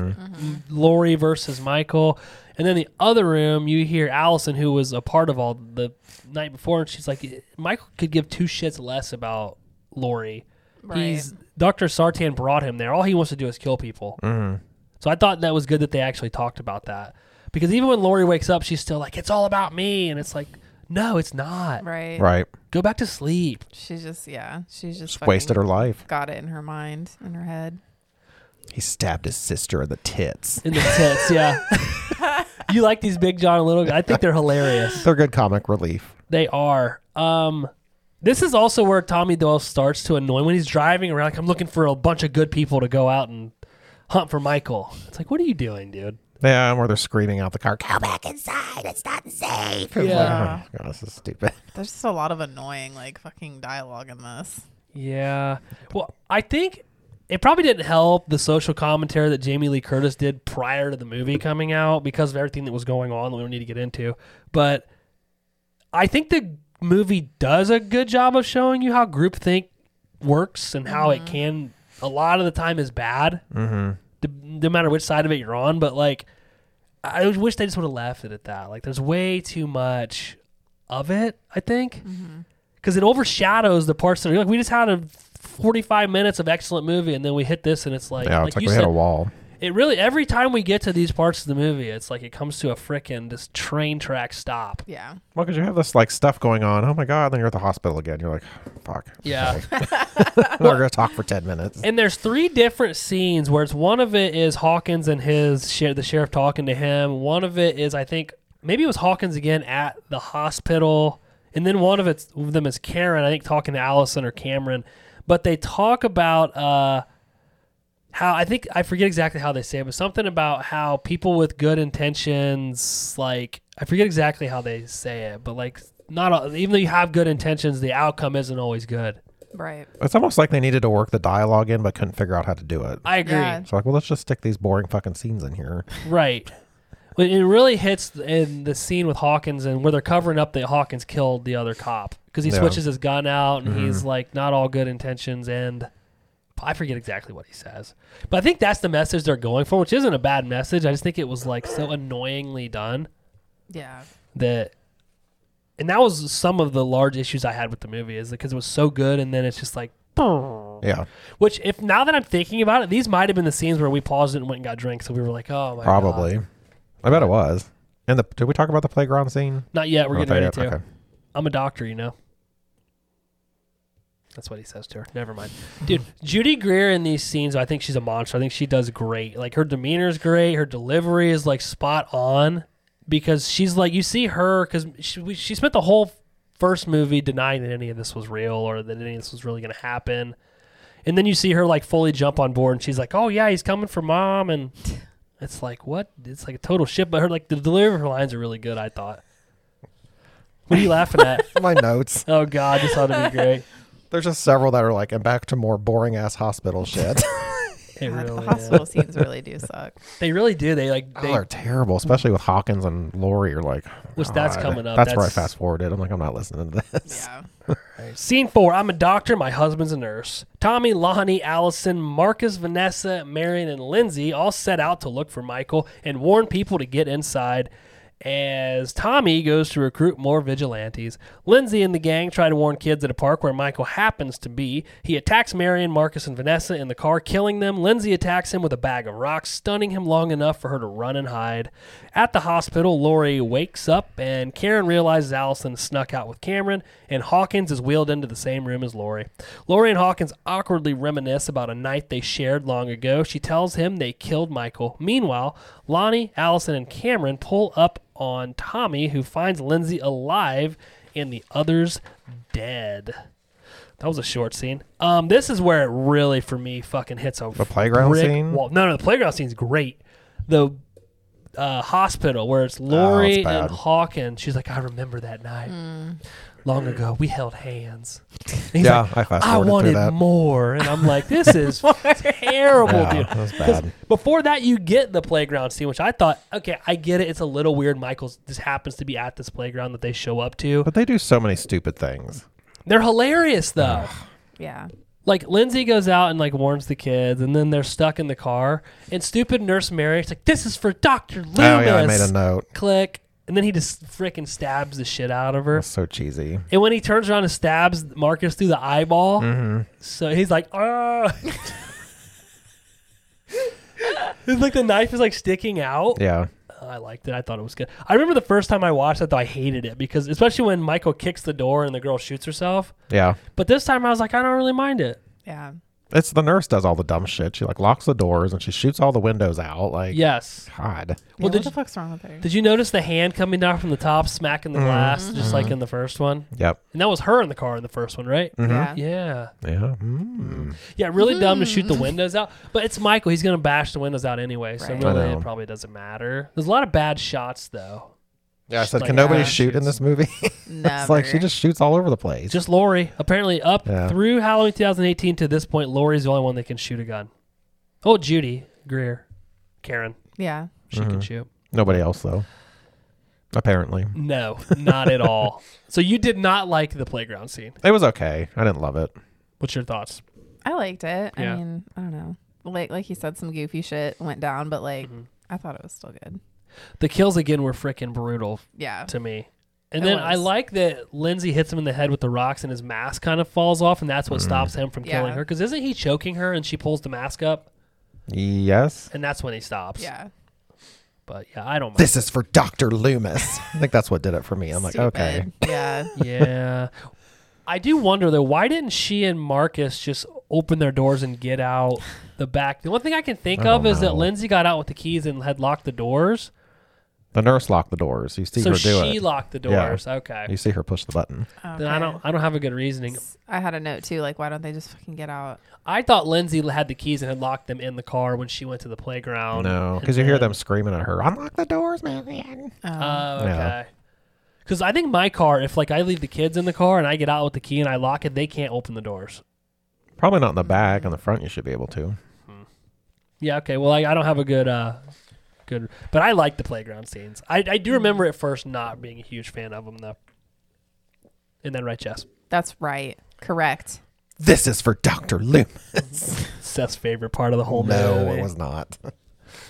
Lori versus Michael. And then the other room, you hear Allison, who was a part of all the night before, and she's like, Michael could give two shits less about Lori. He's Dr. Sartan brought him there. All he wants to do is kill people. So I thought that was good that they actually talked about that. Because even when Lori wakes up, she's still like, it's all about me. And it's like, no, it's not. Right. Right. Go back to sleep. She's just yeah. She's just Just wasted her life. Got it in her mind, in her head. He stabbed his sister in the tits. In the tits, yeah. you like these Big John and Little I think they're hilarious. They're good comic relief. They are. Um, this is also where Tommy Doyle starts to annoy when he's driving around. Like, I'm looking for a bunch of good people to go out and hunt for Michael. It's like, what are you doing, dude? Yeah, and where they're screaming out the car, go back inside. It's not safe. I'm like, Yeah. oh, God, this is stupid. There's just a lot of annoying like fucking dialogue in this. Yeah. Well, I think it probably didn't help the social commentary that Jamie Lee Curtis did prior to the movie coming out because of everything that was going on that we don't need to get into. But I think the movie does a good job of showing you how groupthink works and how it can a lot of the time is bad, Mm-hmm. d- no matter which side of it you're on. But like, I always wish they just would have left it at that. Like, there's way too much of it. I think because it overshadows the parts that are like we just had a 45 minutes of excellent movie and then we hit this and it's like, yeah, like it's like, you we said, hit a wall. It really every time we get to these parts of the movie, it's like it comes to a frickin' this train track stop. Yeah. Well, because you have this like stuff going on. Oh my god! Then you're at the hospital again. You're like, fuck. Yeah. We're gonna talk for ten minutes. And there's three different scenes where it's one of it is Hawkins and his sh- the sheriff talking to him. One of it is I think maybe it was Hawkins again at the hospital, and then one of it's of them is Karen I think talking to Allison or Cameron, but they talk about uh, how I think I forget exactly how they say it, but something about how people with good intentions like I forget exactly how they say it, but like not all, even though you have good intentions, the outcome isn't always good. Right. It's almost like they needed to work the dialogue in, but couldn't figure out how to do it. I agree. Yeah. So like, well, let's just stick these boring fucking scenes in here. Right. But it really hits in the scene with Hawkins and where they're covering up that Hawkins killed the other cop because he Yeah. Mm-hmm. switches his gun out and he's like not all good intentions and I forget exactly what he says. But I think that's the message they're going for, which isn't a bad message. I just think it was like so annoyingly done Yeah. that and that was some of the large issues I had with the movie is because it was so good and then it's just like Yeah, which if now that I'm thinking about it, these might have been the scenes where we paused it and went and got drinks so we were like, "Oh my God. probably. I bet it was. And the did we talk about the playground scene? Not yet. We're Not getting ready yet, to. okay. I'm a doctor, you know. That's what he says to her. Never mind, dude. Judy Greer in these scenes, I think she's a monster. I think she does great. Like her demeanor is great. Her delivery is like spot on because she's like you see her because she we, she spent the whole first movie denying that any of this was real or that any of this was really going to happen. And then you see her like fully jump on board, and she's like, "Oh yeah, he's coming for mom," and it's like, "What?" It's like a total shit. But her like the delivery of her lines are really good. I thought. What are you laughing at? My notes. Oh God, this ought to be great. There's just several that are like, and back to more boring ass hospital shit. It God, the really is. hospital scenes really do suck. They really do. They like They they. are terrible, especially with Hawkins and Lori. You're like, Which that's God. coming up. That's, where I That's- fast forwarded. I'm like, I'm not listening to this. Yeah. Scene four. I'm a doctor. My husband's a nurse. Tommy, Lonnie, Allison, Marcus, Vanessa, Marion, and Lindsay all set out to look for Michael and warn people to get inside. As Tommy goes to recruit more vigilantes, Lindsay and the gang try to warn kids at a park where Michael happens to be. He attacks Marion, Marcus, and Vanessa in the car, killing them. Lindsay attacks him with a bag of rocks, stunning him long enough for her to run and hide. At the hospital, Lori wakes up and Karen realizes Allison snuck out with Cameron, and Hawkins is wheeled into the same room as Lori. Lori and Hawkins awkwardly reminisce about a night they shared long ago. She tells him they killed Michael. Meanwhile, Lonnie, Allison, and Cameron pull up on Tommy, who finds Lindsay alive and the others dead. That was a short scene. Um, this is where it really, for me, fucking hits a The playground brick scene? wall. No, no, the playground scene's great. The uh, hospital where it's Lori Oh, bad. Mm. and Hawkins. She's like, I remember that night long ago. We held hands. And he's Yeah, like, I fast I forwarded through wanted that. more, and I'm like, this is terrible, Yeah, dude. that was 'Cause bad. Before that, you get the playground scene, which I thought, okay, I get it. It's a little weird. Michael's just happens to be at this playground that they show up to. But they do so many stupid things. They're hilarious though. Yeah. like Lindsay goes out and like warns the kids, and then they're stuck in the car. And stupid Nurse Mary's like, "This is for Doctor Loomis." Oh yeah, I made a note. Click, and then he just freaking stabs the shit out of her. That's so cheesy. And when he turns around and stabs Marcus through the eyeball, Mm. Mm-hmm. so he's like, "Ah." It's like the knife is like sticking out. Yeah. I liked it. I thought it was good. I remember the first time I watched it, though, I hated it because, especially when Michael kicks the door and the girl shoots herself. Yeah. But this time I was like, I don't really mind it. Yeah. It's the nurse does all the dumb shit. She like locks the doors and she shoots all the windows out. Like Yes. Well, God. yeah, did what the you- fuck's wrong with her? Did you notice the hand coming down from the top, smacking Mm-hmm. the glass, just like in the first one? Yep. Mm-hmm. And that was her in the car in the first one, right? Yeah. Yeah. Yeah. Mm. Yeah, really dumb to shoot the windows out. But it's Michael. He's going to bash the windows out anyway. So Right. really, I know. it probably doesn't matter. There's a lot of bad shots, though. Yeah. I said, Like, "Ah, can nobody yeah. shoot in this movie? Never. it's like she just shoots all over the place. Just Lori. Apparently, up Yeah. through Halloween 2018 to this point, Lori's the only one that can shoot a gun. Oh, Judy Greer. Karen. Yeah. She can shoot. nobody else though. Apparently, No, not at all. So you did not like the playground scene. it was okay. I didn't love it. What's your thoughts? I liked it. Yeah. I mean, I don't know. Like like he said, some goofy shit went down, but Mm-hmm. like I thought it was still good. The kills again were freaking brutal. Yeah. to me. And It then I was. like that Lindsay hits him in the head with the rocks and his Mm. mask kind of falls off, and that's what stops him from killing Yeah. her. Because isn't he choking her and she pulls the mask up? Yes. and that's when he stops. Yeah. But yeah, I don't. Mind. This is for Dr. Loomis. I think that's what did it for me. I'm like, okay. Stupid. Yeah. yeah. I do wonder though, why didn't she and Marcus just open their doors and get out the back? The one thing I can think I of don't is that know. Lindsay got out with the keys and had locked the doors. The nurse locked the doors. You see so her do she it. locked the Yeah. doors. Okay. you see her push the button. Then I don't I don't have a good reasoning. I had a note too, like why don't they just fucking get out? I thought Lindsay had the keys and had locked them in the car when she went to the playground. no, and because you hear then- them screaming at her. Unlock the doors, man. Oh. Oh, Yeah. okay. Because I think my car, if like I leave the kids in the car and I get out with the key and I lock it, they can't open the doors. Probably not in the back. In the front, you should be able to. Yeah. Okay. Well, I, I don't have a good, uh, good, but I like the playground scenes. I, I do remember at first not being a huge fan of them though. And then right, Jess, That's right. Correct. This is for Dr. Loomis. Seth's favorite part of the whole No, movie. it was not.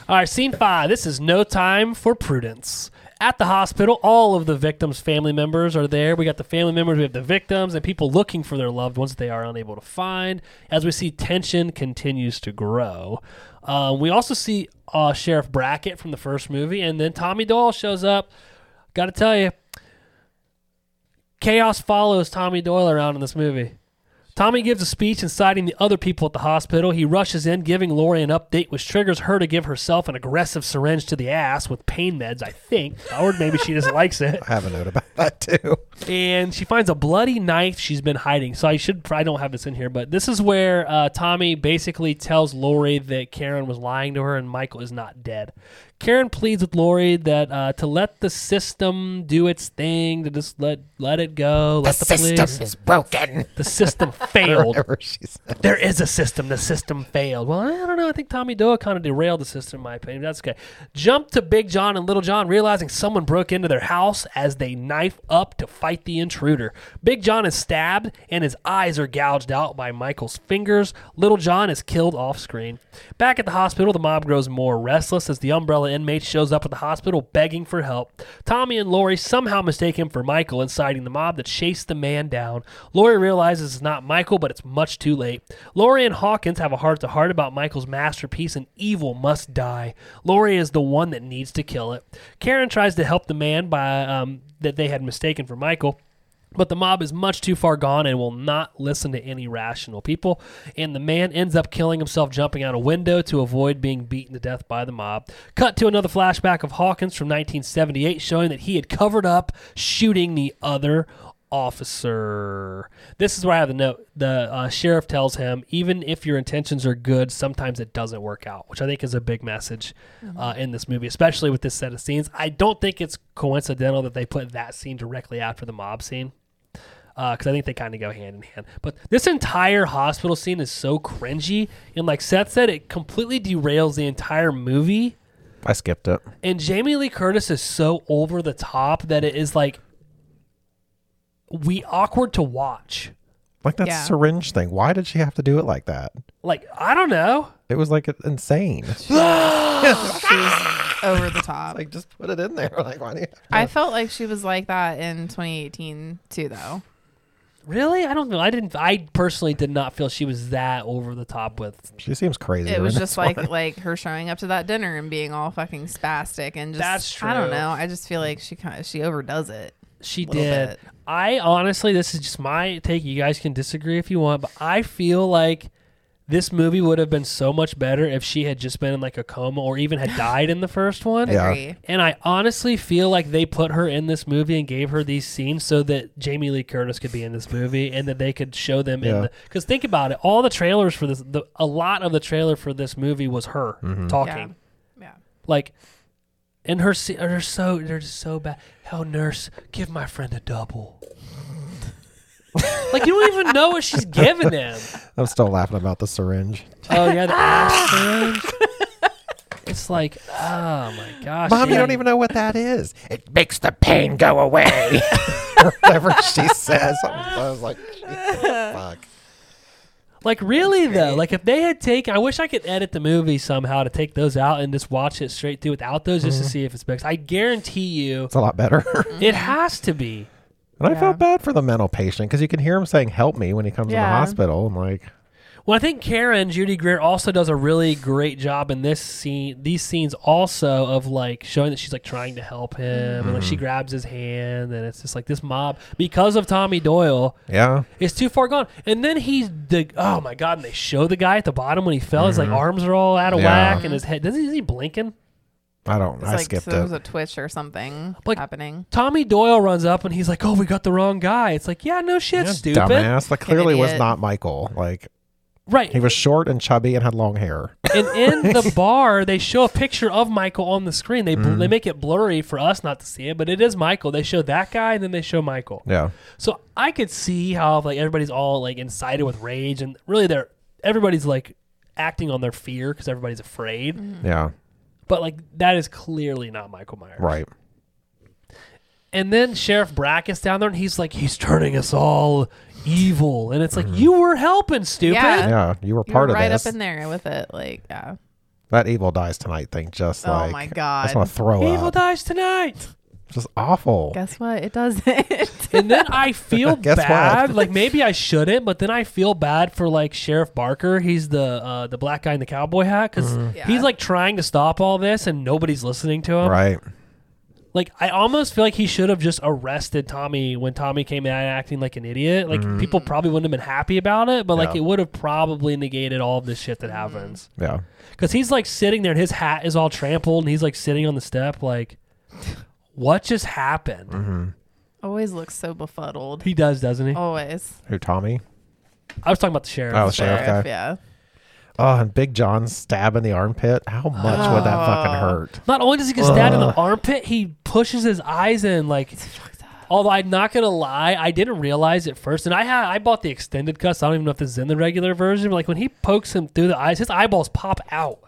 All right, scene five. This is no time for prudence. At the hospital, all of the victims' family members are there. We got the family members, we have the victims, and people looking for their loved ones that they are unable to find. As we see, tension continues to grow. Uh, we also see uh, Sheriff Brackett from the first movie, and then Tommy Doyle shows up. Got to tell you, chaos follows Tommy Doyle around in this movie. Tommy gives a speech inciting the other people at the hospital. He rushes in, giving Lori an update, which triggers her to give herself an aggressive syringe to the ass with pain meds, I think. Or maybe she just likes it. I have a note about that too. And she finds a bloody knife she's been hiding. So I should, I don't have this in here, but this is where uh, Tommy basically tells Lori that Karen was lying to her and Michael is not dead. Karen pleads with Lori that uh, to let the system do its thing, to just let let it go, let the, police. is broken. The system failed. Whatever she said. there is a system. The system failed. Well, I don't know. I think Tommy Doyle kind of derailed the system, in my opinion. That's okay. Jump to Big John and Little John, realizing someone broke into their house as they knife up to fight the intruder. Big John is stabbed, and his eyes are gouged out by Michael's fingers. Little John is killed off screen. Back at the hospital, the mob grows more restless as the umbrella inmate shows up at the hospital begging for help. Tommy and Lori somehow mistake him for Michael, inciting the mob to chase the man down. Lori realizes it's not Michael, but it's much too late. Lori and Hawkins have a heart to heart about Michael's masterpiece, and evil must die. Lori is the one that needs to kill it. Karen tries to help the man by um, that they had mistaken for Michael. But the mob is much too far gone and will not listen to any rational people. And the man ends up killing himself, jumping out a window to avoid being beaten to death by the mob. Cut to another flashback of Hawkins from 1978, showing that he had covered up shooting the other officer. This is where I have the note. The uh, sheriff tells him, even if your intentions are good, sometimes it doesn't work out, which I think is a big message uh, in this movie, especially with this set of scenes. I don't think it's coincidental that they put that scene directly after the mob scene because I think they kind of go hand in hand. But this entire hospital scene is so cringy, and like Seth said, it completely derails the entire movie. I skipped it. And Jamie Lee Curtis is so over the top that it is like we awkward to watch. Like that Yeah. syringe thing. Why did she have to do it like that? Like I don't know. It was like insane. She's over the top. like just put it in there. Like why do you I felt like she was like that in 2018 too, though. Really, I don't know. I didn't. I personally did not feel she was that over the top with. She seems crazy. It was just like like her showing up to that dinner and being all fucking spastic and just That's I don't true. know. I just feel like she kind of she overdoes it. She Little did. bit. I honestly, this is just my take. You guys can disagree if you want, but I feel like this movie would have been so much better if she had just been in like a coma or even had died in the first one. Yeah. Agree. And I honestly feel like they put her in this movie and gave her these scenes so that Jamie Lee Curtis could be in this movie and that they could show them in Yeah. the. Because think about it, all the trailers for this, the, a lot of the trailer for this movie was her Mm-hmm. talking Yeah. Yeah. like and her se- they're so they're just so bad hell nurse give my friend a double like you don't even know what she's giving him I'm still laughing about the syringe. oh yeah the ass syringe. it's like oh my gosh Mom, you yeah. don't even know what that is. It makes the pain go away. Or Whatever she says. I was like, fuck. like really though like if they had taken i wish i could edit the movie somehow to take those out and just watch it straight through without those just to see if it's mixed i guarantee you Mm-hmm. It's a lot better. it has to be and I Yeah. felt bad for the mental patient because you can hear him saying, help me when he comes in the Yeah. hospital. I'm like, Well, I think Karen Judy Greer also does a really great job in this scene, these scenes also of like showing that she's like trying to help him, and like Mm-hmm. she grabs his hand, and it's just like this mob because of Tommy Doyle Yeah. is too far gone. And then he's the oh my god, and they show the guy at the bottom when he fell, his like arms are all out of Mm-hmm. Yeah. whack, and his head doesn't is he blinking? I don't. It's I like skipped there was it. a twitch or something Like- happening. Tommy Doyle runs up and he's like, "Oh, we got the wrong guy." It's like, "Yeah, no shit, Yeah, stupid." Dumbass. That clearly was idiot. not Michael. Like Right. he was short and chubby and had long hair. and in the bar, they show a picture of Michael on the screen. They Mm-hmm. bl- they make it blurry for us not to see it, but it is Michael. They show that guy and then they show Michael. Yeah. So I could see how like everybody's all like incited with rage and really they're everybody's like acting on their fear because everybody's afraid. Yeah. But like that is clearly not Michael Myers. Right. And then Sheriff Brackus down there and he's like, he's turning us all evil. And it's Mm-hmm. like, you were helping, stupid. Yeah. Yeah. You were You part were right of this. up in there with it. Like, yeah. that evil dies tonight thing. Just Oh like my I just God. want to throw Evil up. dies tonight. just awful. Guess what? It doesn't. And then I feel Guess what? bad. Like maybe I shouldn't, but then I feel bad for like Sheriff Barker. He's the uh, the black guy in the cowboy hat because Mm-hmm. Yeah. he's like trying to stop all this and nobody's listening to him. Right. Like I almost feel like he should have just arrested Tommy when Tommy came out acting like an idiot. Like people probably wouldn't have been happy about it, but like Mm-hmm. Yeah. it would have probably negated all of the shit that happens. Yeah. Cuz he's like sitting there and his hat is all trampled and he's like sitting on the step like what just happened? Mm-hmm. Always looks so befuddled. He does, doesn't he? Always. Who? Tommy. I was talking about the sheriff. Oh, the sheriff Sheriff, guy. yeah. Oh, and Big John's stab in the armpit. How much would that fucking Oh. hurt? Not only does he get stabbed in the armpit, he pushes his eyes in. Like, although I'm not gonna lie, I didn't realize at first, and I had I bought the extended cuts. I don't even know if this is in the regular version. But like when he pokes him through the eyes, his eyeballs pop out.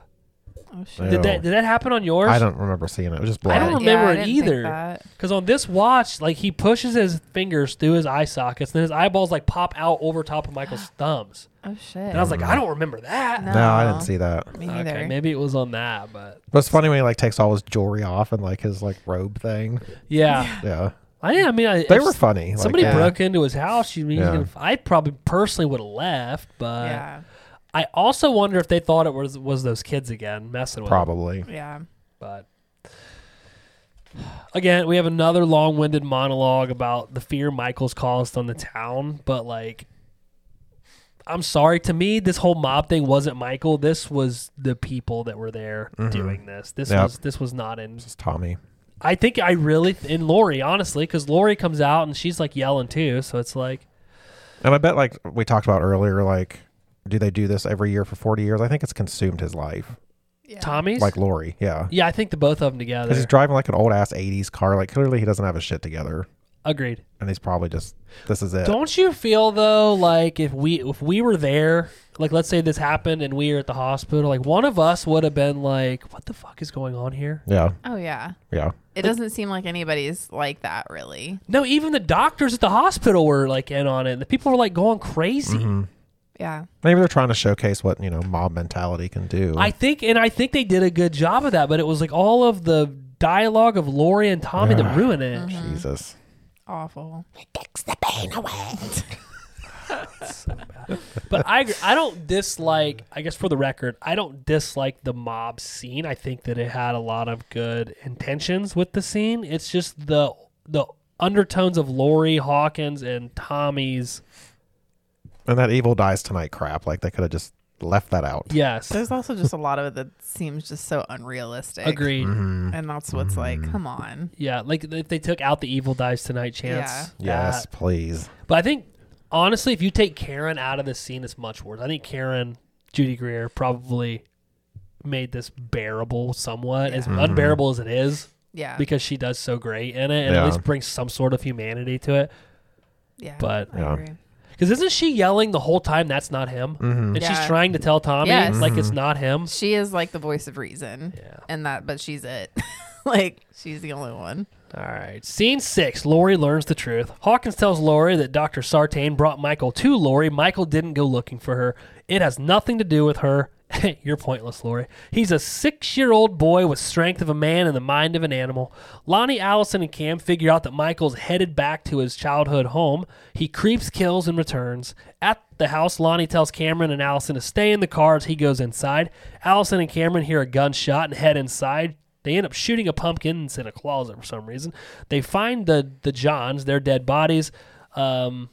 Oh, shit. Yeah. Did that did that happen on yours? I don't remember seeing it. It was just I blood. don't Yeah, remember I it didn't think either. that. Because on this watch, like he pushes his fingers through his eye sockets, and then his eyeballs like pop out over top of Michael's thumbs. Oh, shit. And I was Mm. like, I don't remember that. No, I didn't see that. Me neither. Okay, maybe it was on that, but But it's funny when he like takes all his jewelry off and like his like robe thing. yeah, Yeah, I, I mean, I, they if were funny. Like, Somebody yeah. broke into his house. You mean he's Yeah. gonna, I probably personally would have left, but yeah. I also wonder if they thought it was was those kids again messing with him. Probably. Yeah. But again, we have another long winded monologue about the fear Michael's caused on the town. But like, I'm sorry. To me, this whole mob thing wasn't Michael. This was the people that were there doing this. This Mm-hmm. Yep. was this was not in It's Tommy. I think I really and Lori honestly because Lori comes out and she's like yelling too, so it's like And I bet like we talked about earlier, like do they do this every year for forty years? I think it's consumed his life. Yeah. Tommy's. Like Lori, yeah. yeah, I think the both of them together. Because he's driving like an old ass '80s car. Like clearly he doesn't have his shit together, Agreed. and he's probably just this is it. Don't you feel though like if we if we were there, like let's say this happened and we were at the hospital, like one of us would have been like, "What the fuck is going on here?" Yeah, Oh, yeah. yeah. It doesn't seem like anybody's like that, really. No, even the doctors at the hospital were like in on it. The people were like going crazy. Yeah. Maybe they're trying to showcase what you know mob mentality can do. I think, and I think they did a good job of that, but it was like all of the dialogue of Lori and Tommy that ruined it. Jesus. Awful. But I agree- I don't dislike. I guess for the record, I don't dislike the mob scene. I think that it had a lot of good intentions with the scene. It's just the the undertones of Lori Hawkins and Tommy's. And that evil dies tonight crap. Like they could have just left that out. Yes, There's also just a lot of it that seems just so unrealistic. agreed. Mm-hmm. And that's what's Mm. like, come on. Yeah, like if they took out the evil dies tonight chance. Yes, that- please. but I think honestly, if you take Karen out of the scene, it's much worse. I think Karen Judy Greer probably made this bearable somewhat, as unbearable as it is. Yeah. because she does so great in it and at Yeah. least brings some sort of humanity to it. yeah. But I Yeah. agree. because isn't she yelling the whole time that's not him? Mm-hmm. And she's Yeah. trying to tell Tommy Yes. like it's not him. She is like the voice of reason. Yeah. And that, but she's it. like, she's the only one. All right. Scene six Lori learns the truth. Hawkins tells Lori that Dr. Sartain brought Michael to Lori. Michael didn't go looking for her. It has nothing to do with her. You're pointless, Lori. He's a six year old boy with strength of a man and the mind of an animal. Lonnie Allison and Cam figure out that Michael's headed back to his childhood home. He creeps, kills, and returns. At the house, Lonnie tells Cameron and Allison to stay in the car as he goes inside. Allison and Cameron hear a gunshot and head inside. They end up shooting a pumpkin and in a closet for some reason. They find the the Johns, their dead bodies. Um,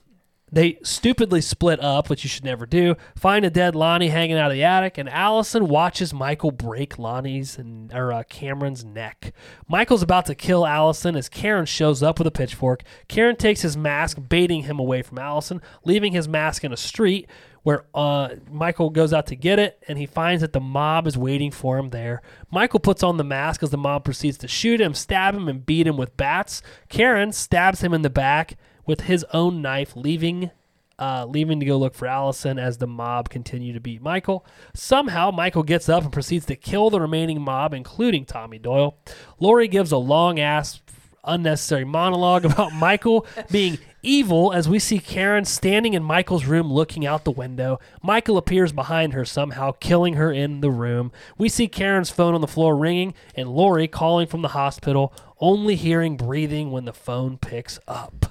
they stupidly split up, which you should never do. Find a dead Lonnie hanging out of the attic, and Allison watches Michael break Lonnie's and or uh, Cameron's neck. Michael's about to kill Allison as Karen shows up with a pitchfork. Karen takes his mask, baiting him away from Allison, leaving his mask in a street where uh, Michael goes out to get it, and he finds that the mob is waiting for him there. Michael puts on the mask as the mob proceeds to shoot him, stab him, and beat him with bats. Karen stabs him in the back with his own knife, leaving uh, leaving to go look for Allison as the mob continue to beat Michael. Somehow, Michael gets up and proceeds to kill the remaining mob, including Tommy Doyle. Lori gives a long ass, unnecessary monologue about Michael being evil as we see Karen standing in Michael's room looking out the window. Michael appears behind her somehow, killing her in the room. We see Karen's phone on the floor ringing and Lori calling from the hospital, only hearing breathing when the phone picks up.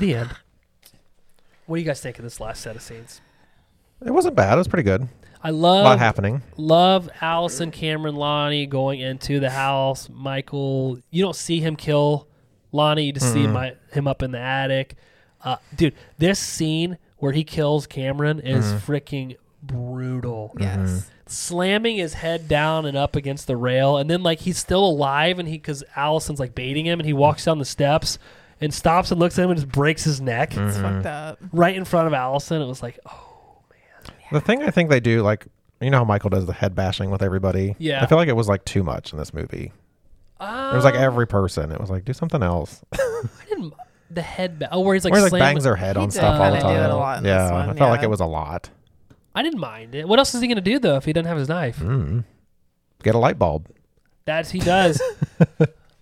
The end. What do you guys think of this last set of scenes? It wasn't bad. It was pretty good. I A love lot happening. Love Allison, Cameron, Lonnie going into the house. Michael, you don't see him kill Lonnie. You just see my, him up in the attic. Uh, dude, this scene where he kills Cameron is freaking brutal. Mm-hmm. Yes. Slamming his head down and up against the rail, and then like he's still alive, and he because Allison's like baiting him, and he walks down the steps and stops and looks at him and just breaks his neck It's Mm-hmm. fucked up. right in front of Allison. It was like, oh The thing I think they do, like, you know how Michael does the head bashing with everybody? Yeah. I feel like it was like too much in this movie. it was like every person. It was like, do something else. didn't the head ba- oh where he's like, Or he, like slamming- bangs her head He on does stuff all the kinda do time. it a lot in this yeah. one, I felt like yeah. it was a lot. I didn't mind it. What else is he gonna do though if he doesn't have his knife? Hmm? Get a light bulb. That's he does.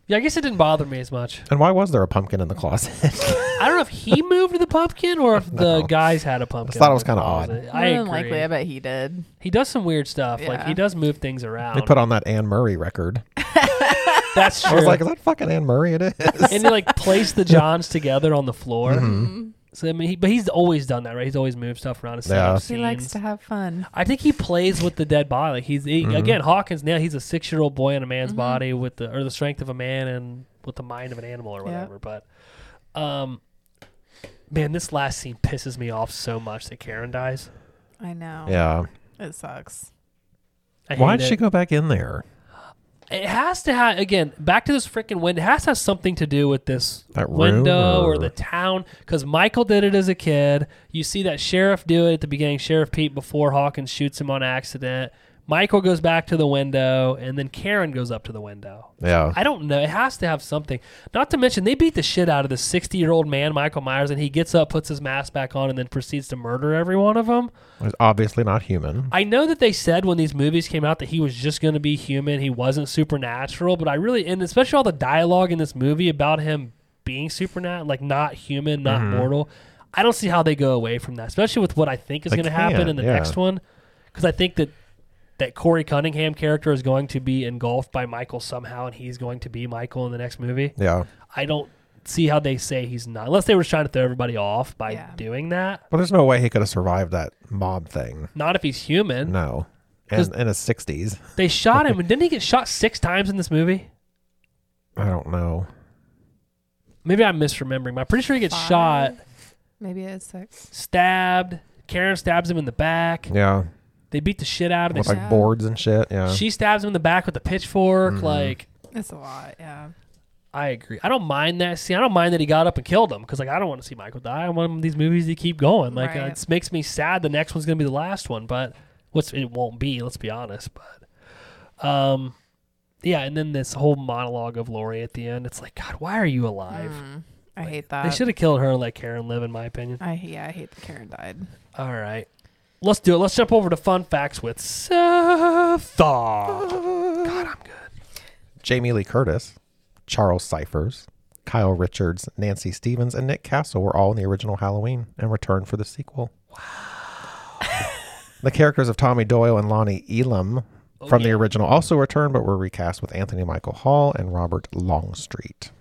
yeah, I guess it didn't bother me as much. And why was there a pumpkin in the closet? I don't know if he moved the pumpkin or if the guys had a pumpkin. thought it was in the kinda odd. closet. I More than agree. likely, I bet he did. he does some weird stuff. Like Yeah. he does move things around. they put on that Anne Murray record. That's true. I was like, is that fucking Anne Murray? It is. and they like place the Johns together on the floor. Mm-hmm. So I mean, he, but he's always done that, right? He's always moved stuff around. to set Yeah. up He likes scenes. to have fun. I think he plays with the dead body. Like he's he, again Hawkins now. He's a six-year-old boy in a man's body with the or the strength of a man and with the mind of an animal or Yeah. whatever. But, um, man, this last scene pisses me off so much that Karen dies. I know. yeah. It sucks. I Why hate did it. she go back in there? It has to have again back to this freaking window. It has to have something to do with this That room window or or- the town because Michael did it as a kid. You see that sheriff do it at the beginning, Sheriff Pete, before Hawkins shoots him on accident. Michael goes back to the window, and then Karen goes up to the window. Yeah. I don't know. It has to have something. Not to mention, they beat the shit out of this 60 year old man, Michael Myers, and he gets up, puts his mask back on, and then proceeds to murder every one of them. It was obviously not human. I know that they said when these movies came out that he was just going to be human. He wasn't supernatural, but I really, and especially all the dialogue in this movie about him being supernatural, like not human, not Mm-hmm. mortal. I don't see how they go away from that, especially with what I think is They going to happen can't, in the yeah. next one, because I think that that Corey Cunningham character is going to be engulfed by Michael somehow, and he's going to be Michael in the next movie. Yeah. I don't see how they say he's not, unless they were trying to throw everybody off by Yeah. doing that. But there's no way he could have survived that mob thing. Not if he's human. No. 'Cause- And in his 60s. They shot him, and didn't he get shot six times in this movie? I don't know. Maybe I'm misremembering. but I'm pretty sure he gets shot, Maybe it's six. stabbed. Karen stabs him in the back. Yeah. They beat the shit out of him. With like boards and shit. Yeah. She stabs him in the back with a pitchfork. Like, It's a lot. Yeah. I agree. I don't mind that scene. I don't mind that he got up and killed him because, like, I don't want to see Michael die. I want these movies to keep going. Like, uh, Right. it makes me sad. The next one's gonna be the last one, but what's it won't be. Let's be honest. But, um, yeah. And then this whole monologue of Lori at the end. It's like, God, why are you alive? Mm. I hate They that. should have killed her and let Karen live, in my opinion. I yeah. I hate that Karen died. All right. Let's do it. Let's jump over to fun facts with Seth. God, I'm good. Jamie Lee Curtis, Charles Cyphers, Kyle Richards, Nancy Stevens, and Nick Castle were all in the original Halloween and returned for the sequel. The characters of Tommy Doyle and Lonnie Elam from the original also returned, but were recast with Anthony Michael Hall and Robert Longstreet.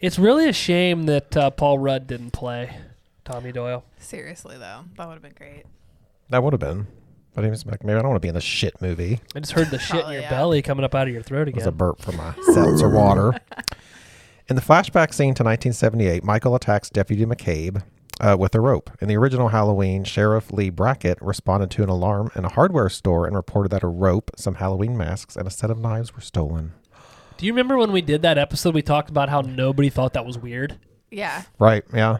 It's really a shame that uh, Paul Rudd didn't play Tommy Doyle. Seriously though, that would have been great. That would have been. But he was like, maybe I don't want to be in this shit movie. I just heard the shit in Probably, your yeah. belly coming up out of your throat It was a again. burp from my seltzer water. In the flashback scene to 1978, Michael attacks Deputy McCabe uh, with a rope. In the original Halloween, Sheriff Lee Brackett responded to an alarm in a hardware store and reported that a rope, some Halloween masks, and a set of knives were stolen. Do you remember when we did that episode? We talked about how nobody thought that was weird. Yeah. Right, yeah.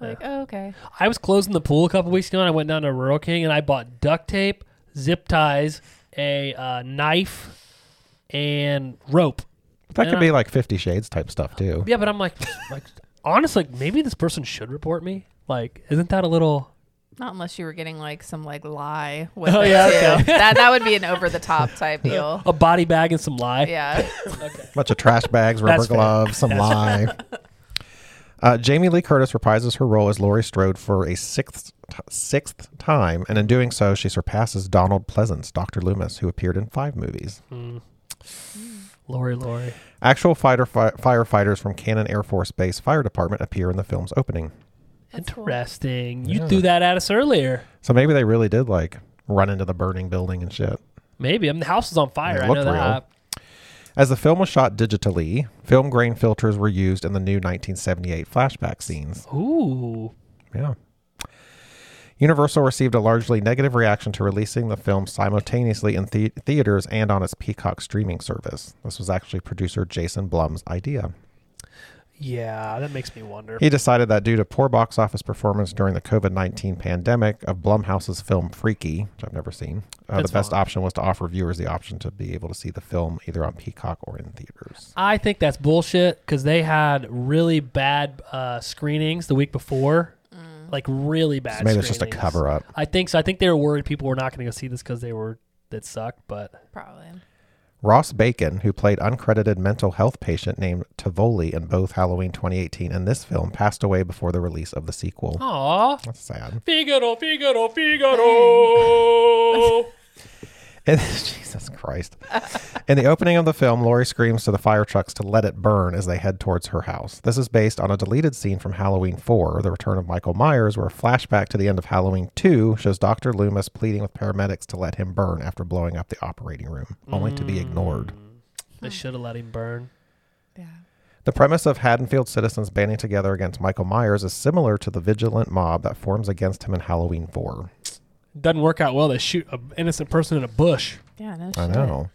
Like, oh, okay. I was closing the pool a couple weeks ago, and I went down to Rural King and I bought duct tape, zip ties, a uh, knife, and rope. That And could I- be like Fifty Shades type stuff, too. Yeah, but I'm like, like honestly, like, maybe this person should report me. Like, isn't that a little? Not unless you were getting like some like lie. With Oh, it, yeah, too. okay. that that would be an over the top type deal. A body bag and some lie. Yeah. bunch of trash bags, rubber That's fair. gloves, some lye. Uh, Jamie Lee Curtis reprises her role as Laurie Strode for a sixth sixth time, and in doing so, she surpasses Donald Pleasance, Doctor Loomis, who appeared in five movies. Hmm. Lori, Lori. Actual fighter fi- firefighters from Cannon Air Force Base Fire Department appear in the film's opening, Interesting. You Yeah. threw that at us earlier. so maybe they really did like run into the burning building and shit. Maybe. I mean, the house is on fire. It I know looked that. As the film was shot digitally, film grain filters were used in the new 1978 flashback scenes. Ooh. Yeah. Universal received a largely negative reaction to releasing the film simultaneously in the- theaters and on its Peacock streaming service. This was actually producer Jason Blum's idea. Yeah, that makes me wonder. He decided that due to poor box office performance during the COVID 19 pandemic of Blumhouse's film Freaky, which I've never seen, uh, the That's best fine. option was to offer viewers the option to be able to see the film either on Peacock or in theaters. I think that's bullshit because they had really bad uh, screenings the week before, like really bad. So maybe it's just a screenings. cover up. I think so. I think they were worried people were not going to go see this because they were that sucked. But Probably. Ross Bacon, who played uncredited mental health patient named Tavoli in both Halloween 2018 and this film, passed away before the release of the sequel. aw, That's sad. Figaro, Figaro, Figaro. And- Jesus Christ. In the opening of the film, Laurie screams to the fire trucks to let it burn as they head towards her house. This is based on a deleted scene from Halloween 4, The Return of Michael Myers, where a flashback to the end of Halloween 2 shows Dr. Loomis pleading with paramedics to let him burn after blowing up the operating room, only to be ignored. they should have let him burn. Yeah. The premise of Haddonfield citizens banding together against Michael Myers is similar to the vigilant mob that forms against him in Halloween 4. Doesn't work out well. They shoot an innocent person in a bush. Yeah. No I shit. know.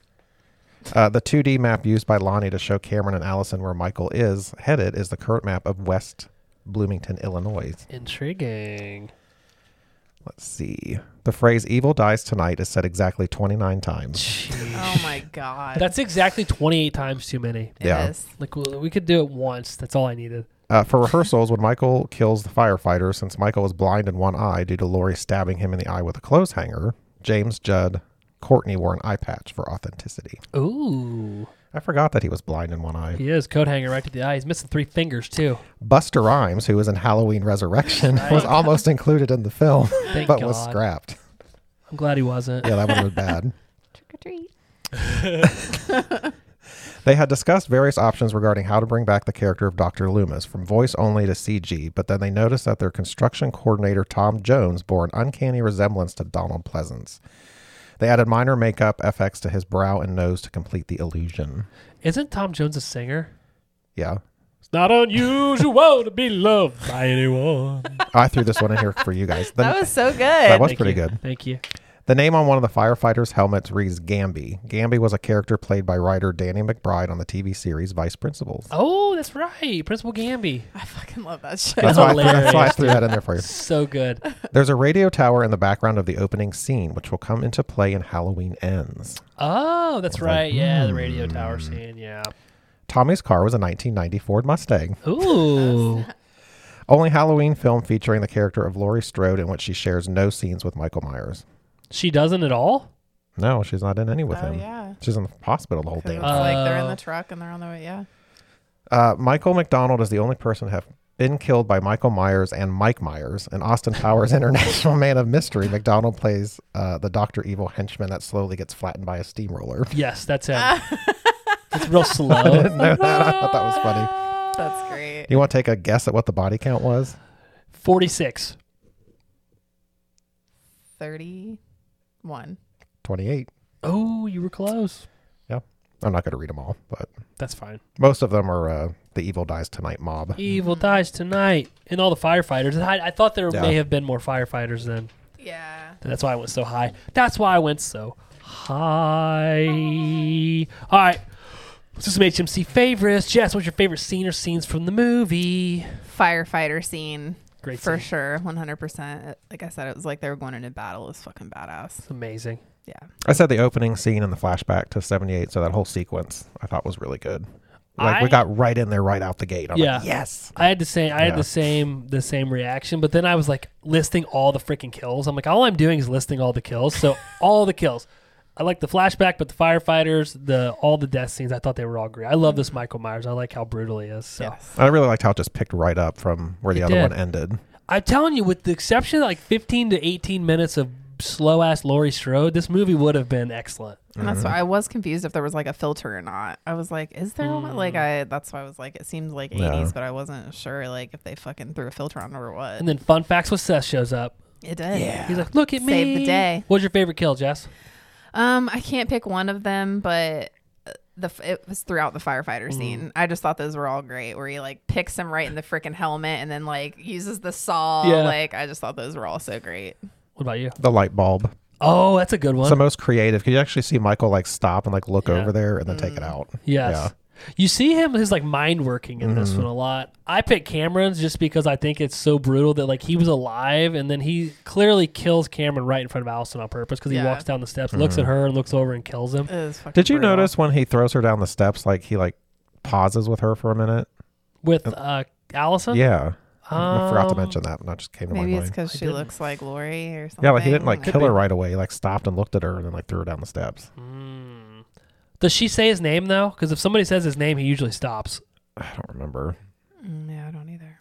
Uh, the 2D map used by Lonnie to show Cameron and Allison where Michael is headed is the current map of West Bloomington, Illinois. Intriguing. Let's see. The phrase evil dies tonight is said exactly 29 times. Oh my god. That's exactly 28 times too many. It yeah. is. Like we we could do it once. That's all I needed. Uh, for rehearsals, when Michael kills the firefighter, since Michael is blind in one eye due to Lori stabbing him in the eye with a clothes hanger, James Judd Courtney wore an eye patch for authenticity. Ooh. I forgot that he was blind in one eye. He is coat hanger right to the eye. He's missing three fingers too. Buster Rhymes, who was in Halloween Resurrection, was almost included in the film, Thank but God. was scrapped. I'm glad he wasn't. Yeah, that would have been bad. Trick or treat. They had discussed various options regarding how to bring back the character of Dr. Loomis, from voice only to CG, but then they noticed that their construction coordinator, Tom Jones, bore an uncanny resemblance to Donald Pleasance. They added minor makeup FX to his brow and nose to complete the illusion. Isn't Tom Jones a singer? Yeah. It's not unusual to be loved by anyone. I threw this one in here for you guys. The- That was so good. that was pretty good. Thank you. The name on one of the firefighters' helmets reads Gamby. Gamby was a character played by writer Danny McBride on the TV series Vice Principals. Oh, that's right. Principal Gamby. I fucking love that shit. That's why, I threw, that's why I Hilarious, threw that in there for you. So good. There's a radio tower in the background of the opening scene, which will come into play in Halloween Ends. Oh, that's like, hmm. right. Yeah, the radio tower scene. Yeah. Tommy's car was a 1990 Ford Mustang, Ooh. only Halloween film featuring the character of Laurie Strode in which she shares no scenes with Michael Myers. she doesn't at all? No, she's not in any with oh him. yeah. She's in the hospital the whole 'Cause thing. it's like they're in Oh. the truck and they're on the way. Yeah. Uh, Michael McDonald is the only person to have been killed by Michael Myers and Mike Myers. In Austin Powers International Man of Mystery, McDonald plays uh, the Dr. Evil henchman that slowly gets flattened by a steamroller. Yes, that's him. it's real slow. no, that, I thought that was funny. That's great. You want to take a guess at what the body count was? 46. 31. 28. Oh, you were close. I'm not going to read them all, but That's fine. most of them are uh, the Evil Dies Tonight mob. Evil dies tonight. And all the firefighters. And I, I thought there Yeah. may have been more firefighters then. Yeah. That's why I went so high. That's why I went so high. All right. This is some HMC favorites. Jess, what's your favorite scene or scenes from the movie? Firefighter scene. Great for scene. sure. 100%. It- Like I said, it was like they were going into battle. It was fucking badass. It's amazing. Yeah. I said the opening scene and the flashback to 78, so that whole sequence I thought was really good. Like I- we got right in there right out the gate. I'm like, Yeah. yes. I had the same. I had Yeah. the same. The same reaction. But then I was like listing all the freaking kills. I'm like, all I'm doing is listing all the kills. So all the kills. I like the flashback, but the firefighters, the all the death scenes. I thought they were all great. I love this Michael Myers. I like how brutal he is. So Yes. I really liked how it just picked right up from where the It other did. one ended. I'm telling you, with the exception of like 15 to 18 minutes of slow ass Laurie Strode, this movie would have been excellent. And that's Mm-hmm. why I was confused if there was like a filter or not. I was like, is there one? Like, Mm. I, that's why I was like, it seems like 80s, but I wasn't sure like if they fucking threw a filter on or what. And then fun facts with Seth shows up. it did. Yeah. He's like, "Look at me." Save the day. What's your favorite kill, Jess? Um, I can't pick one of them, but uh, the f- it was throughout the firefighter Mm-hmm. scene. I just thought those were all great. Where he like picks him right in the freaking helmet and then like uses the saw. Yeah. Like I just thought those were all so great. What about you? The light bulb. Oh, that's a good one. It's the most creative. Could you actually see Michael like stop and like look Yeah. over there and then take it Mm. out? Yes. You see him his like mind working in this Mm-hmm. one a lot. I pick Cameron's just because I think it's so brutal that like he was alive and then he clearly kills Cameron right in front of Allison on purpose because he Yeah. walks down the steps, looks Mm-hmm. at her, and looks over and kills him. It was fucking Did you brutal. notice when he throws her down the steps, like he like pauses with her for a minute? With uh Allison? Yeah. I forgot to Um, mention that, and that just came to my Maybe it's mind. because I she didn't. looks like Lori or something. Mm, Yeah, like he didn't like Could kill her be. right away. He like stopped and looked at her and then like threw her down the steps. Mm. Does she say his name though? Because if somebody says his name, he usually stops. I don't remember. Mm, yeah, I don't either.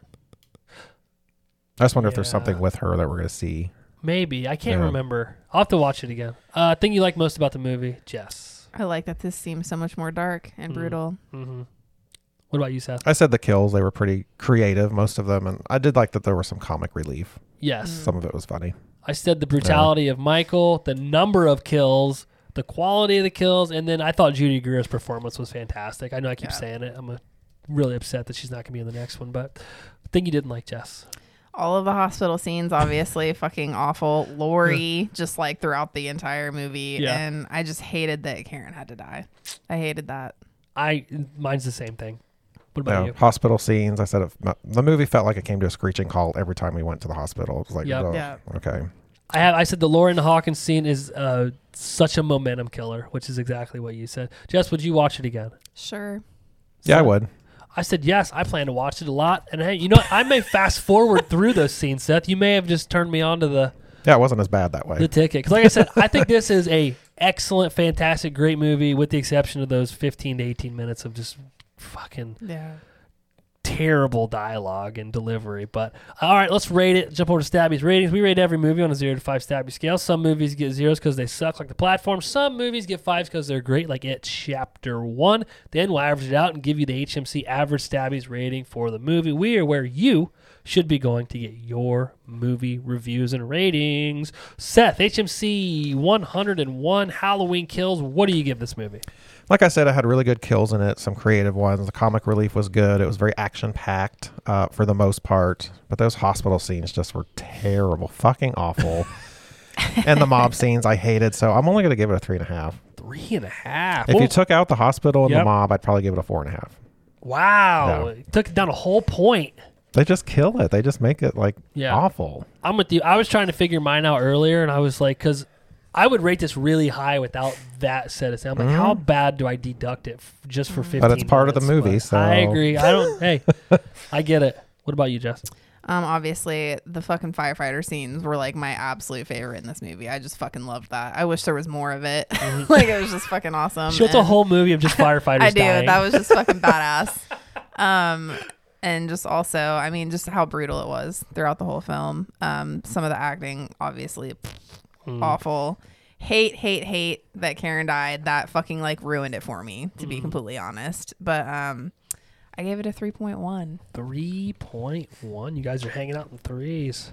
I just wonder if there's something Yeah. with her that we're gonna see. Maybe I can't Yeah. remember. I'll have to watch it again. Uh, thing you like most about the movie, Jess? I like that this seems so much more dark and Mm. brutal. Mm-hmm. What about you, Seth? I said the kills; they were pretty creative, most of them, and I did like that there was some comic relief. Yes. Some of it was funny. I said the brutality of Michael, the number of kills, the quality of the kills, and then I thought Judy Greer's performance was fantastic. I know I keep Yeah. saying it. I'm uh really upset that she's not going to be in the next one, but thing you didn't like, Jess. All of the hospital scenes, obviously, fucking awful. Lori, just like throughout the entire movie, Yeah. and I just hated that Karen had to die. I hated that. I mine's the same thing. What about No, you? hospital scenes. I said it, the movie felt like it came to a screeching halt every time we went to the hospital. It was like, Yep. oh, Yeah. okay, I have I said the Lauren Hawkins scene is uh, such a momentum killer, which is exactly what you said. Jess, would you watch it again? Sure. yeah, I So- would. I said yes. I plan to watch it a lot, and hey, you know what? I may fast forward through those scenes, Seth. You may have just turned me on to the Yeah, it wasn't as bad that way. the ticket. Because like I said, I think this is a excellent, fantastic, great movie, with the exception of those fifteen to eighteen minutes of just fucking Yeah. terrible dialogue and delivery. But all right, let's rate it. Jump over to Stabby's ratings. We rate every movie on a zero to five Stabby scale. Some movies get zeros because they suck, like the platform. Some movies get fives because they're great, like it. Chapter one. Then we'll average it out and give you the HMC average Stabby's rating for the movie. We are where you should be going to get your movie reviews and ratings. Seth, HMC 101 Halloween Kills. What do you give this movie? like I said, I had really good kills in it, some creative ones. The comic relief was good. It was very action packed uh, for the most part, but those hospital scenes just were terrible, fucking awful. and the mob scenes I hated, so I'm only going to give it a three and a half. Three and a half. If Well, you took out the hospital and Yep. the mob, I'd probably give it a four and a half. wow. No. It Took it down a whole point. They just kill it. They just make it like Yeah. awful. I'm with you. I was trying to figure mine out earlier, and I was like, because I would rate this really high without that set of sound. I'm like, how bad do I deduct it f- just for 15 Mm-hmm. it's part of the minutes? movie, But I so- agree. I don't, hey, I get it. What about you, Jess? Um, obviously the fucking firefighter scenes were like my absolute favorite in this movie. I just fucking loved that. I wish there was more of it. like it was just fucking awesome. She wants a Um, and- whole movie of just firefighters I do. dying. That was just fucking badass. Um, and just also, I mean, just how brutal it was throughout the whole film. Um, some of the acting, obviously, awful. Hate, hate, hate that Karen died. That fucking like ruined it for me, to be completely honest. But um, I gave it a three point one. Three point one. You guys are hanging out in threes.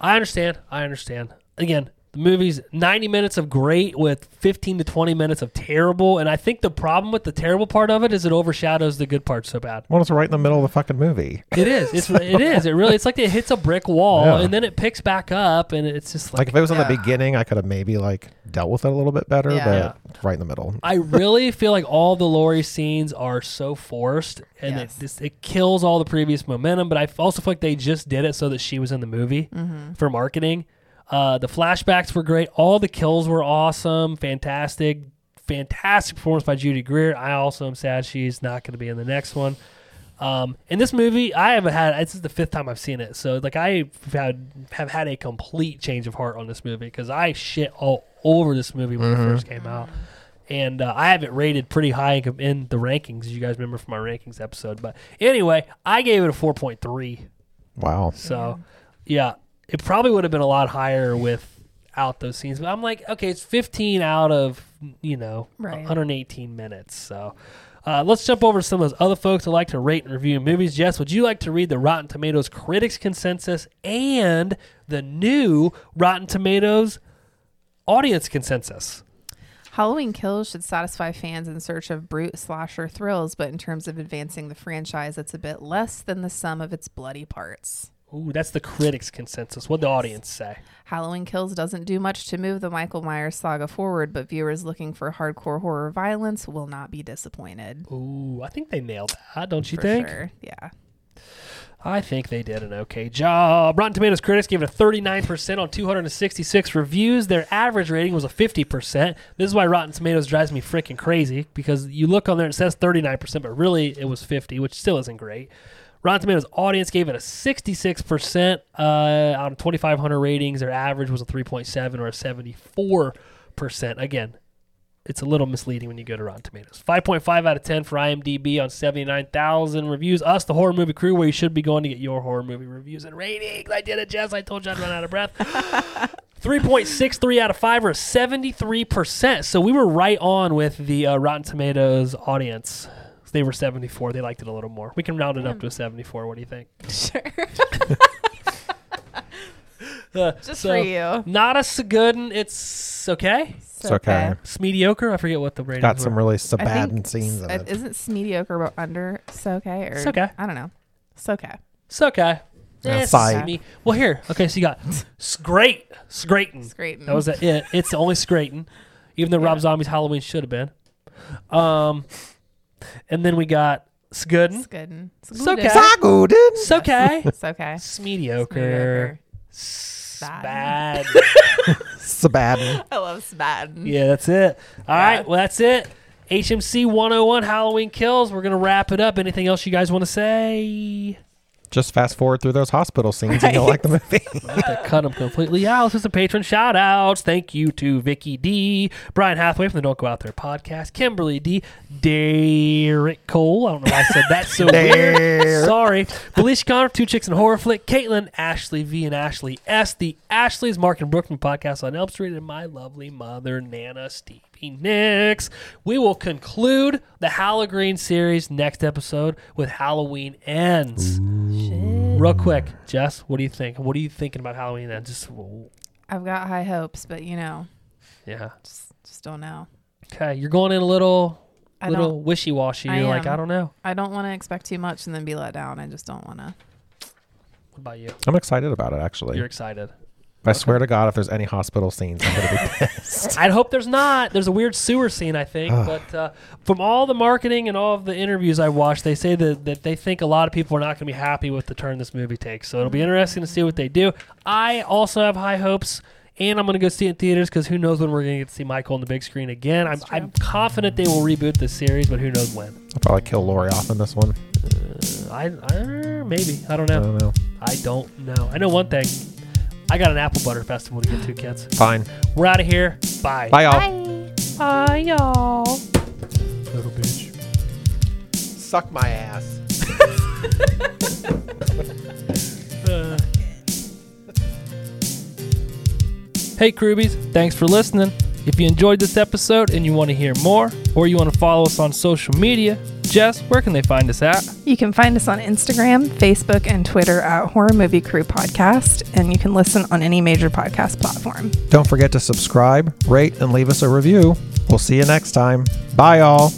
I understand. I understand. Again, the movie's ninety minutes of great with fifteen to twenty minutes of terrible, and I think the problem with the terrible part of it is it overshadows the good part so bad. Well, it's right in the middle of the fucking movie. It is. It's it is. It really. It's like it hits a brick wall Yeah. and then it picks back up, and it's just like Like if it was in Yeah. the beginning, I could have maybe like dealt with it a little bit better, Yeah. but Yeah. it's right in the middle. I really feel like all the Lori scenes are so forced, and Yes. it just, it kills all the previous momentum. But I also feel like they just did it so that she was in the movie for marketing. Uh, the flashbacks were great. All the kills were awesome, fantastic, fantastic performance by Judy Greer. I also am sad she's not going to be in the next one. Um, and this movie, I haven't had. This is the fifth time I've seen it, so like I have had, have had a complete change of heart on this movie because I shit all over this movie when it first came out, and uh, I have it rated pretty high in, com- in the rankings. You guys remember from my rankings episode, but anyway, I gave it a four point three. Wow. So, yeah, it probably would have been a lot higher without those scenes. But I'm like, okay, it's 15 out of you know Right. 118 minutes. So, uh, let's jump over to some of those other folks who like to rate and review movies. Jess, would you like to read the Rotten Tomatoes critics consensus and the new Rotten Tomatoes audience consensus? Halloween Kills should satisfy fans in search of brute slasher thrills, but in terms of advancing the franchise, it's a bit less than the sum of its bloody parts. Ooh, that's the critics consensus. What'd the audience say? Halloween Kills doesn't do much to move the Michael Myers saga forward, but viewers looking for hardcore horror violence will not be disappointed. Ooh, I think they nailed that, don't you for think? sure. Yeah. I think they did an okay job. Rotten Tomatoes critics gave it a 39% on 266 reviews. Their average rating was a 50%. This is why Rotten Tomatoes drives me freaking crazy because you look on there and it says 39%, but really it was 50, which still isn't great. Rotten Tomatoes audience gave it a 66% uh, out of 2,500 ratings. Their average was a 3.7 or a 74%. Again, it's a little misleading when you go to Rotten Tomatoes. 5.5 out of 10 for IMDb on 79,000 reviews. Us, the horror movie crew, where you should be going to get your horror movie reviews and ratings. I did it, Jess. I told you I'd run out of breath. 3.63 out of 5 or 73%. So we were right on with the uh, Rotten Tomatoes audience. They were 74. They liked it a little more. We can round it Hmm. up to a 74. What do you think? Sure. Uh, Just so, for you. Not a s- good, and it's okay. It's okay. It's mediocre. I forget what the ratings Got were. some really I Sabatin think scenes in s- uh, it. isn't s- mediocre but under so okay or It's okay. I don't know. So okay. It's okay. Yeah, It's sigh. me. Well, here. Okay, so you got Scrate. Scraton. It's great. That was the it. It's the only Scraton. Even though Rob Zombie's Halloween should have been. Um, and then we got Scudden. it's good. It's So good. okay. Sagu, dude. It's okay. It's okay. It's It's mediocre. mediocre. It's Bad. bad. Sabatin. I love Spadden. yeah, that's it. All right. Well, that's it. HMC 101 Halloween Kills. We're going to wrap it up. Anything else you guys want to say? Just fast forward through those hospital scenes and you'll like the movie. that cut them completely out. Let's do some patron shout outs. Thank you to Vicky D, Brian Hathaway from the Don't Go Out There podcast, Kimberly D, Derek Cole. I don't know why I said that so weird. Derek. Sorry. Felicia Connor, Two Chicks and Horror Flick, Caitlin, Ashley V, and Ashley S. The Ashleys, Mark and Brooke from Podcast on Elm Street, and my lovely mother, Nana Stevie Nicks. We will conclude the Halloween series next episode with Halloween Ends. Real quick, Jess, what do you think? What are you thinking about Halloween? Then just I've got high hopes, but you know, yeah. just just don't know. Okay, you're going in a little I little don't wishy washy. You're I like, am. I don't know. I don't want to expect too much and then be let down. I just don't want to. What about you? I'm excited about it, actually. You're excited. I swear to God, if there's any hospital scenes, I'm going to be pissed. I hope there's not. There's a weird sewer scene, I think. but uh, from all the marketing and all of the interviews I watched, they say that, that they think a lot of people are not going to be happy with the turn this movie takes. So it'll be interesting to see what they do. I also have high hopes. And I'm going to go see it in theaters because who knows when we're going to get to see Michael on the big screen again. I'm, I'm confident they will reboot this series, but who knows when. I'll probably kill Lori off in this one. I, I Maybe. I don't I know. don't know. I don't know. I know one thing. I got an apple butter festival to get to, kids. Fine. We're out of here. Bye. Bye, y'all. Bye, y'all. Suck my ass. Uh. Hey, Krubies, thanks for listening. If you enjoyed this episode and you want to hear more, or you want to follow us on social media, Jess, where can they find us at? You can find us on Instagram, Facebook, and Twitter at Horror Movie Crew Podcast, and you can listen on any major podcast platform. Don't forget to subscribe, rate, and leave us a review. We'll see you next time. Bye, all.